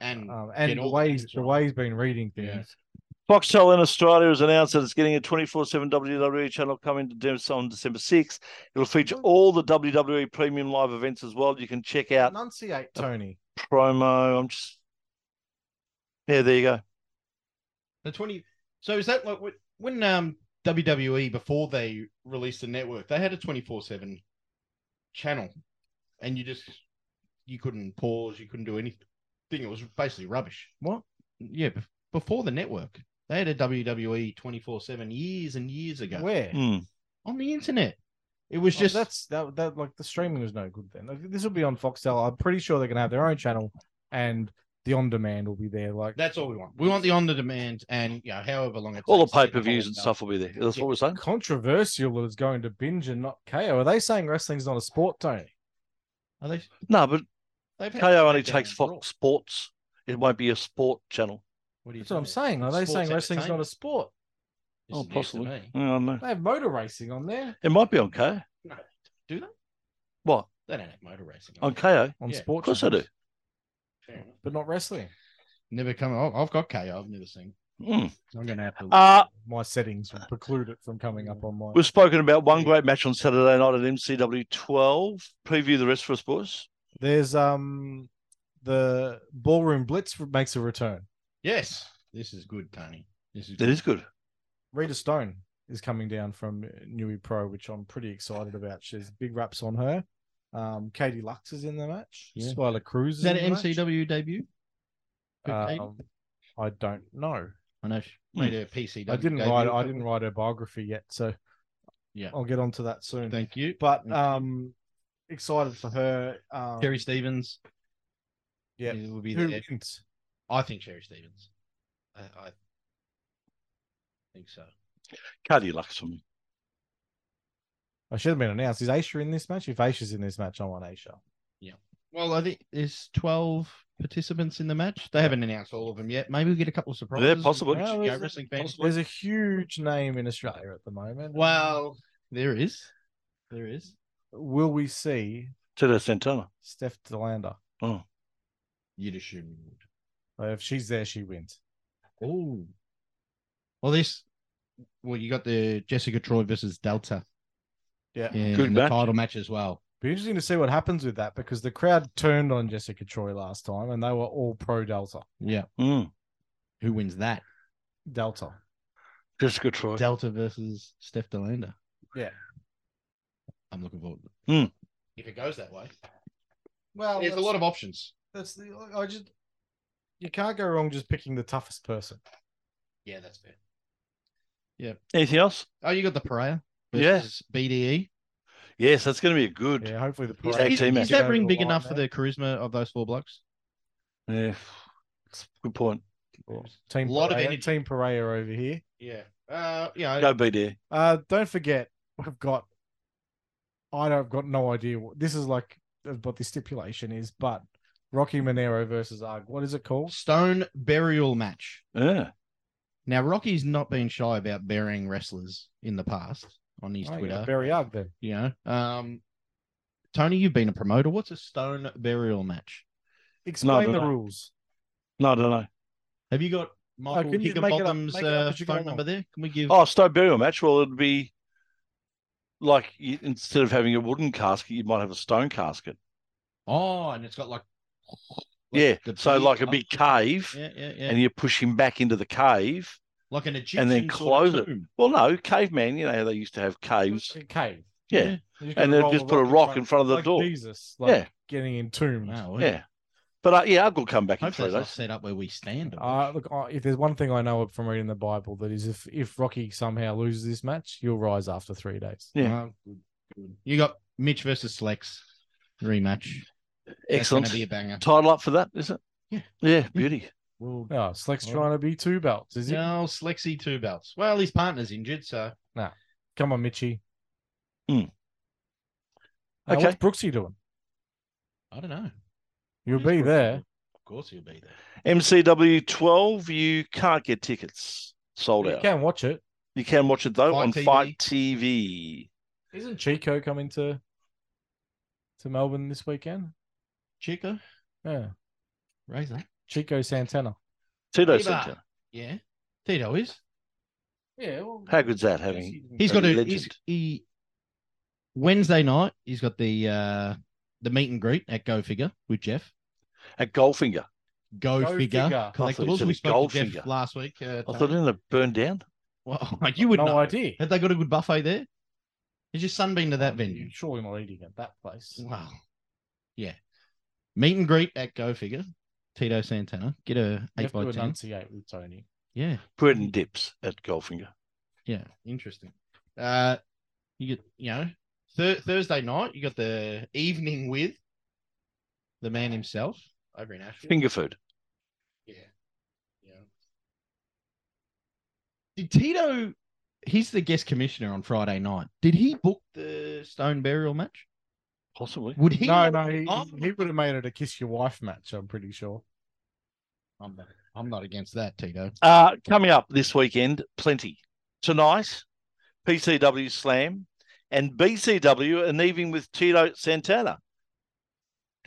Speaker 4: and
Speaker 3: Um,
Speaker 4: Mm. get
Speaker 3: and the
Speaker 4: all
Speaker 3: way he's,
Speaker 4: things
Speaker 3: the
Speaker 4: right.
Speaker 3: way he's been reading things.
Speaker 4: Yeah.
Speaker 2: Foxtel in Australia has announced that it's getting a 24 7 WWE E channel coming to Dempsey on December 6th. It'll feature
Speaker 4: Mm-hmm.
Speaker 2: all the WWE premium live events as well. You can check out
Speaker 3: Enunciate, Tony.
Speaker 2: promo. I'm just. Yeah, there you go.
Speaker 4: the twenty. So is that like wh- when um WWE before they released the network, they had a twenty four seven channel, and you just you couldn't pause, you couldn't do anything. It was basically rubbish. What? Yeah, bef- before the network, they had a WWE twenty four seven years and years ago
Speaker 3: Where?
Speaker 2: Hmm.
Speaker 4: on the internet. It was
Speaker 3: Well,
Speaker 4: just
Speaker 3: that's that that like the streaming was no good then. Like, this will be on Foxtel. I'm pretty sure they're gonna have their own channel, and the on demand will be there. Like
Speaker 4: That's all we want. We want the on the demand and you know, however long it
Speaker 2: All the
Speaker 4: takes to
Speaker 2: pay
Speaker 4: get
Speaker 2: per views
Speaker 4: whole
Speaker 2: and
Speaker 4: stuff.
Speaker 2: stuff will be there. That's
Speaker 4: Yeah.
Speaker 2: what we're saying.
Speaker 3: controversial that it's going to binge and not KO. Are they saying wrestling's not a sport, Tony?
Speaker 4: Are they,
Speaker 2: No, but
Speaker 4: they've had
Speaker 2: KO only
Speaker 4: SmackDown
Speaker 2: takes
Speaker 4: and Raw.
Speaker 2: Fox Sports. It won't be a sport channel.
Speaker 4: What do you
Speaker 3: That's what I'm
Speaker 4: think?
Speaker 3: saying. Are they
Speaker 4: Sports
Speaker 3: saying wrestling's not a
Speaker 4: entertainment.
Speaker 3: sport?
Speaker 4: It's
Speaker 2: Oh,
Speaker 4: news to
Speaker 2: possibly.
Speaker 4: me.
Speaker 2: Yeah, I know.
Speaker 3: They have motor racing on there
Speaker 2: It might be on KO.
Speaker 4: No, do they?
Speaker 2: What?
Speaker 4: They don't have motor racing.
Speaker 2: On
Speaker 4: there.
Speaker 2: KO?
Speaker 3: on
Speaker 4: Yeah, of
Speaker 3: sport.
Speaker 2: Of course I do.
Speaker 3: channels,
Speaker 4: Fair enough.
Speaker 3: but not wrestling.
Speaker 4: Never come. Oh, I've got KO. I've never seen.
Speaker 2: Mm.
Speaker 4: I'm gonna have to.
Speaker 2: Uh,
Speaker 3: My settings will preclude it from coming
Speaker 4: Mm.
Speaker 3: up on my.
Speaker 2: we've spoken about one great match on Saturday night at MCW 12. Preview the rest for us, boys.
Speaker 3: There's um the ballroom blitz makes a return.
Speaker 4: yes, This is good, Tony. This is
Speaker 2: That
Speaker 4: good.
Speaker 2: is good.
Speaker 3: Rita Stone is coming down from Nui Pro, which I'm pretty excited about. She's big raps on her. Um, Katie Lux is in the match.
Speaker 4: Yeah.
Speaker 3: Skylar Cruz
Speaker 4: Is
Speaker 3: is
Speaker 4: that
Speaker 3: in
Speaker 4: an
Speaker 3: the match.
Speaker 4: MCW debut? for Katie?
Speaker 3: Um, I don't know.
Speaker 4: I know she made a PCW.
Speaker 3: hmm. I didn't
Speaker 4: debut.
Speaker 3: write. I didn't write her biography yet, so
Speaker 4: Yeah.
Speaker 3: I'll get onto that soon.
Speaker 4: Thank you.
Speaker 3: But um, excited for her. Um,
Speaker 4: Terry Stevens.
Speaker 3: Yeah.
Speaker 4: he will be
Speaker 3: who
Speaker 4: there.
Speaker 3: wins?
Speaker 4: I think Sherry Stevens. I, I think so.
Speaker 2: Cardi Lux for me.
Speaker 3: I should have been announced. Is Aisha in this match? If Aisha's in this match, I want Aisha.
Speaker 4: Well, I think there's 12 participants in the match. They haven't announced all of them yet. Maybe we get a couple of surprises.
Speaker 2: They're possible.
Speaker 4: Yeah,
Speaker 3: Well,
Speaker 4: Chicago
Speaker 3: is it
Speaker 4: wrestling fans.
Speaker 3: There's a huge name in Australia at the moment.
Speaker 4: Well, there is. There is.
Speaker 3: will we see
Speaker 2: Tito Santana.
Speaker 3: Steph Delander?
Speaker 4: You'd assume. you would.
Speaker 3: Like, If she's there, she wins.
Speaker 4: Oh. Well, this. Well, you got the Jessica Troy versus Delta.
Speaker 3: Yeah.
Speaker 4: Yeah,
Speaker 2: Good
Speaker 4: and the
Speaker 2: match.
Speaker 4: title match as well.
Speaker 3: Be interesting to see what happens with that because the crowd turned on Jessica Troy last time and they were all pro Delta.
Speaker 4: Yeah.
Speaker 2: Mm.
Speaker 4: Who wins that?
Speaker 3: Delta.
Speaker 2: Jessica Troy.
Speaker 4: Delta versus Steph Delander.
Speaker 3: Yeah.
Speaker 4: I'm looking forward. to it.
Speaker 2: Hmm.
Speaker 4: If it goes that way,
Speaker 3: Well,
Speaker 4: there's a lot of options.
Speaker 3: That's the. I just. You can't go wrong just picking the toughest person.
Speaker 4: Yeah, that's fair.
Speaker 2: Anything else?
Speaker 4: Oh, you got the Pariah
Speaker 2: Yeah.
Speaker 4: versus E? BDE.
Speaker 2: Yes, that's going to be a good.
Speaker 3: Yeah, hopefully the
Speaker 2: Is-
Speaker 3: parade
Speaker 2: is-
Speaker 3: can
Speaker 2: is
Speaker 3: go
Speaker 4: that
Speaker 3: to
Speaker 4: ring big
Speaker 3: line
Speaker 4: enough for
Speaker 3: there.
Speaker 4: the charisma of those four blokes?
Speaker 2: Yeah. It's a Good point.
Speaker 3: team?
Speaker 4: a lot of
Speaker 3: Pereira-
Speaker 4: energy.
Speaker 3: team Pereira over here.
Speaker 4: Yeah. Uh, yeah.
Speaker 2: Go BD.
Speaker 3: Uh, don't forget, we've got. I don't I've got no idea what this is like. What the stipulation is, but Rocky Monero versus Arg. What is it called?
Speaker 4: Stone burial match.
Speaker 2: Yeah.
Speaker 4: Now, Rocky's not been shy about burying wrestlers in the past on his
Speaker 3: Oh, yeah,
Speaker 4: Twitter.
Speaker 3: Barry Arg. Then
Speaker 4: you know, um, Tony, you've been a promoter. What's a stone burial match?
Speaker 3: explain
Speaker 2: no,
Speaker 3: the
Speaker 2: no.
Speaker 3: rules.
Speaker 2: No, I don't know.
Speaker 4: Have you got Michael
Speaker 3: can you make it up-
Speaker 4: Higginbotham's
Speaker 3: make it up
Speaker 4: uh,
Speaker 3: as you go
Speaker 4: phone
Speaker 3: along?
Speaker 4: number there? Can we give?
Speaker 2: Oh, stone burial match. Well, it'd be like you, instead of having a wooden casket, you might have a stone casket.
Speaker 4: Oh, and it's got like,
Speaker 2: yeah.
Speaker 4: the
Speaker 2: So
Speaker 4: big-
Speaker 2: like a big cave,
Speaker 4: Yeah, yeah, yeah.
Speaker 2: and you push him back into the cave.
Speaker 4: like an Egyptian
Speaker 2: close it.
Speaker 4: sort of tomb.
Speaker 2: Well, no, caveman. You know how they used to have caves.
Speaker 3: A cave.
Speaker 2: Yeah.
Speaker 4: Yeah.
Speaker 3: You
Speaker 2: And
Speaker 3: can
Speaker 2: they'll
Speaker 3: roll
Speaker 2: just put a rock in front of the
Speaker 3: like
Speaker 2: door.
Speaker 3: Jesus, like
Speaker 2: Yeah.
Speaker 3: getting entombed.
Speaker 4: Wow. well,
Speaker 2: Yeah. But uh, yeah, I'll go come back in
Speaker 4: Hopefully,
Speaker 2: three
Speaker 4: it's not
Speaker 2: days.
Speaker 4: set up where we stand.
Speaker 3: Uh, look, I- if there's one thing I know from reading the Bible, that is if if Rocky somehow loses this match, he'll rise after three days. Uh,
Speaker 2: yeah.
Speaker 4: Oh, good, good. You got Mitch versus Slex rematch. That's gonna
Speaker 2: Excellent.
Speaker 4: be a banger.
Speaker 2: Title up for that, is it?
Speaker 4: Yeah.
Speaker 2: Yeah, beauty.
Speaker 4: Well,
Speaker 3: Oh, Slick's
Speaker 4: Well-
Speaker 3: trying to be two belts, is he?
Speaker 4: no, Slexy two belts. Well, his partner's injured, so
Speaker 3: Come on, Mitchie.
Speaker 2: Mm.
Speaker 3: Uh,
Speaker 2: Okay.
Speaker 3: what's Brooksy doing?
Speaker 4: I don't know.
Speaker 3: You'll
Speaker 4: Who's
Speaker 3: be
Speaker 4: Brooks
Speaker 3: there.
Speaker 4: Lesnar? Of course, he'll be there.
Speaker 2: MCW 12, you can't get tickets sold
Speaker 3: You
Speaker 2: out.
Speaker 3: can watch it.
Speaker 2: You can watch it though
Speaker 4: Fight
Speaker 2: on
Speaker 4: TV.
Speaker 2: Fight TV.
Speaker 3: Isn't Chico coming to to Melbourne this weekend?
Speaker 4: Chico
Speaker 3: Yeah,
Speaker 4: Razor.
Speaker 3: Chico Santana.
Speaker 2: Tito
Speaker 4: Reba.
Speaker 2: Santana.
Speaker 4: Yeah, Tito is.
Speaker 3: Yeah, well,
Speaker 2: How good's that having?
Speaker 4: He's
Speaker 2: A
Speaker 4: got a
Speaker 2: legend.
Speaker 4: he's, he Wednesday night. He's got the uh the meet and greet at Go Figure with Jeff.
Speaker 2: At Goldfinger.
Speaker 4: Go,
Speaker 3: Go
Speaker 4: Figure,
Speaker 3: Figure.
Speaker 2: I thought you
Speaker 4: collectibles.
Speaker 2: said
Speaker 4: We spoke to
Speaker 2: Goldfinger.
Speaker 4: Jeff last week. Uh,
Speaker 2: I
Speaker 4: Tony.
Speaker 2: thought, didn't it burn down?
Speaker 4: well, you would
Speaker 3: no
Speaker 4: know.
Speaker 3: idea.
Speaker 4: Have they got a good buffet there? Has your son been to that venue?
Speaker 3: Surely not eating at that place.
Speaker 4: Wow. Yeah. Meet and greet at Go Figure. Tito Santana. Get a
Speaker 3: You
Speaker 4: eight
Speaker 3: have to
Speaker 4: by ten.
Speaker 3: enunciate with Tony.
Speaker 4: Yeah.
Speaker 2: Bread and dips at Goldfinger.
Speaker 4: Yeah. Interesting. Uh you get you know, th- Thursday night, you got the evening with the man himself over in Asheville.
Speaker 2: Finger food.
Speaker 4: Yeah. Yeah. Did Tito he's the guest commissioner on Friday night. Did he book the stone burial match?
Speaker 2: Possibly.
Speaker 4: Would he
Speaker 3: no, no, he,
Speaker 4: Oh.
Speaker 3: he would have made it a kiss your wife match. I'm pretty sure.
Speaker 4: I'm not, I'm not against that, Tito.
Speaker 2: Uh, coming up this weekend, plenty. Tonight, PCW Slam and BCW, an evening with Tito Santana.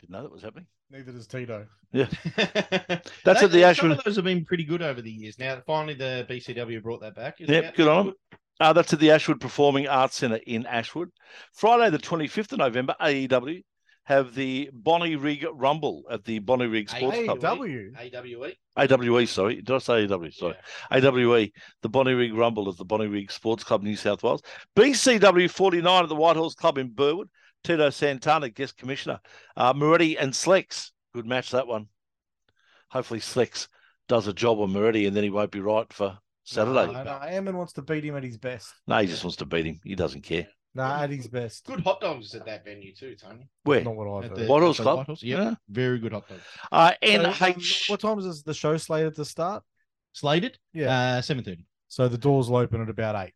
Speaker 2: Didn't know that was happening.
Speaker 3: Neither does Tito.
Speaker 2: That's
Speaker 4: They-
Speaker 2: at the
Speaker 4: Some
Speaker 2: Ashwood.
Speaker 4: of those have been pretty good over the years. Now, finally, the BCW brought that back. Is
Speaker 2: Yep,
Speaker 4: that-
Speaker 2: good on them. Uh, that's at the Ashwood Performing Arts Centre in Ashwood. Friday, the 25th of November, AEW E have the Bonnie Rig Rumble at the Bonnie Rig Sports
Speaker 3: AEW.
Speaker 2: Club.
Speaker 4: E?
Speaker 9: AWE.
Speaker 2: AWE, E, sorry. Did I say AWE? E? Sorry. AWE, E, the Bonnie Rig Rumble at the Bonnie Rig Sports Club, New South Wales. BCW 49 at the Whitehorse Club in Burwood. Tito Santana, guest commissioner. Uh, Moretti and Slex. Good match, that one. Hopefully, Slex does a job on Moretti and then he won't be right for Saturday.
Speaker 3: No, no, Ammon wants to beat him at his best.
Speaker 2: No, he just wants to beat him. He doesn't care.
Speaker 3: No, at his best.
Speaker 9: Good hot dogs at that venue too, Tony.
Speaker 2: Where?
Speaker 3: Not what I've
Speaker 4: At
Speaker 3: heard.
Speaker 4: the-
Speaker 2: Whitehorse
Speaker 4: at the
Speaker 2: Club?
Speaker 4: Whitehorse, yep.
Speaker 2: Yeah.
Speaker 4: Very good hot dogs.
Speaker 2: Uh,
Speaker 3: So, um,
Speaker 2: NH.
Speaker 3: what time is the show slated to start?
Speaker 4: Slated?
Speaker 3: Yeah.
Speaker 4: Uh, 7.30.
Speaker 3: so the doors will open at about eight.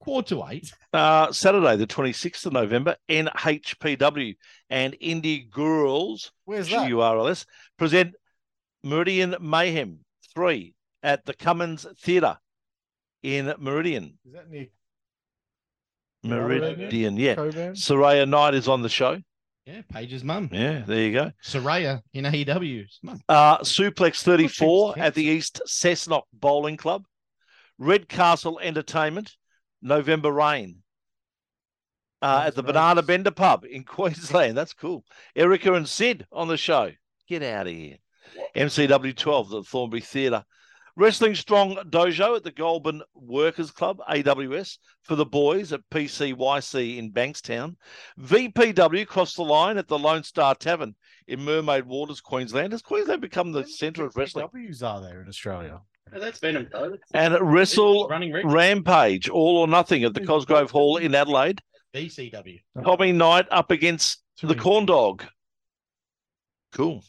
Speaker 4: Quarter to eight.
Speaker 2: Uh, Saturday, the 26th of November, NHPW and Indie Girls,
Speaker 3: Where's that?
Speaker 2: G-U-R-L-S, present Meridian Mayhem 3 at the Cummins Theatre in Meridian.
Speaker 3: Is that near Meridian?
Speaker 2: Meridian, yeah.
Speaker 3: Coburn?
Speaker 2: Soraya Knight is on the show.
Speaker 4: Yeah, Paige's mum.
Speaker 2: Yeah, there you go.
Speaker 4: Soraya in E AEW's mum.
Speaker 2: Uh, Suplex 34
Speaker 4: Pushing
Speaker 2: at the East Cessnock Bowling Club. Redcastle Entertainment, November Rain. Uh, at
Speaker 3: Sounds
Speaker 2: the Banana
Speaker 3: nice.
Speaker 2: Bender Pub in Queensland. That's cool. Erica and Sid on the show. Get out of here. MCW 12, the Thornbury Theatre. Wrestling Strong Dojo at the Goulburn Workers Club, AWS, for the boys at PCYC in Bankstown. VPW crossed the line at the Lone Star Tavern in Mermaid Waters, Queensland. Has Queensland become the centre of wrestling?
Speaker 3: W's are there in Australia?
Speaker 9: Oh, that's Venom though.
Speaker 2: And Wrestle
Speaker 9: running red.
Speaker 2: Rampage, All or Nothing at the Cosgrove Hall in Adelaide.
Speaker 4: BCW.
Speaker 2: Tommy Knight up against
Speaker 3: Too
Speaker 2: the
Speaker 3: easy.
Speaker 2: Corn Dog. Cool.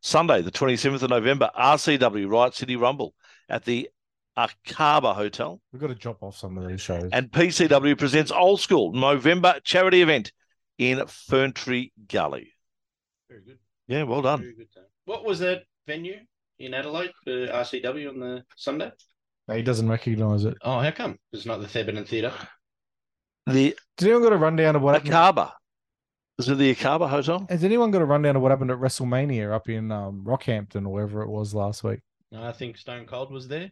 Speaker 2: Sunday, the 27th of November, RCW Riot City Rumble at the Akaba Hotel.
Speaker 3: We've got to drop off some of these shows.
Speaker 2: And PCW presents Old School November charity event in Ferntree Gully.
Speaker 9: Very good.
Speaker 2: Yeah, well done.
Speaker 9: Very good time. What was that venue in Adelaide for RCW on the Sunday?
Speaker 3: he doesn't recognise it.
Speaker 9: Oh, how come? It's not the Theban Theatre.
Speaker 2: The
Speaker 3: Did anyone got a rundown of what happened?
Speaker 2: Akaba. Is it the Akaba Hotel?
Speaker 3: Has anyone got a rundown of what happened at WrestleMania up in um, Rockhampton or wherever it was last week?
Speaker 9: I think Stone Cold was there.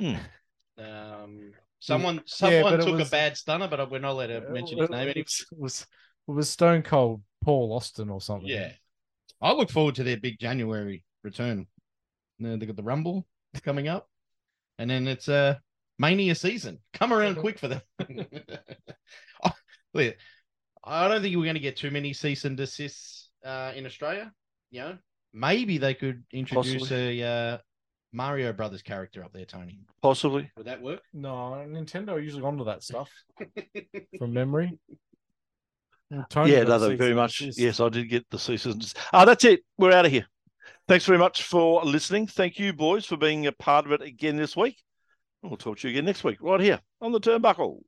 Speaker 2: Hmm.
Speaker 9: Um, someone
Speaker 3: but
Speaker 9: someone
Speaker 3: it
Speaker 9: took
Speaker 3: was-
Speaker 9: a bad stunner, but we're not allowed to mention his name.
Speaker 3: It
Speaker 9: Anyway.
Speaker 3: was, it was it was Stone Cold Paul Austin or something.
Speaker 9: Yeah,
Speaker 4: I look forward to their big January return. Now They got the Rumble coming up, and then it's uh, Mania season. Come around quick for them. I- look, I don't think we're going to get too many cease and desists uh, in Australia. You know, maybe they could introduce a uh, Mario Brothers character up there, Tony.
Speaker 2: Possibly.
Speaker 9: would that work?
Speaker 3: No, Nintendo are usually onto that stuff from memory. Tony
Speaker 2: yeah,
Speaker 3: got
Speaker 2: no,
Speaker 3: the
Speaker 2: no,
Speaker 3: cease
Speaker 2: very
Speaker 3: and
Speaker 2: much.
Speaker 3: desist.
Speaker 2: Yes, I did get the seasons. Ah, that's it. We're out of here. Thanks very much for listening. Thank you, boys, for being a part of it again this week. We'll talk to you again next week, right here on the turnbuckle.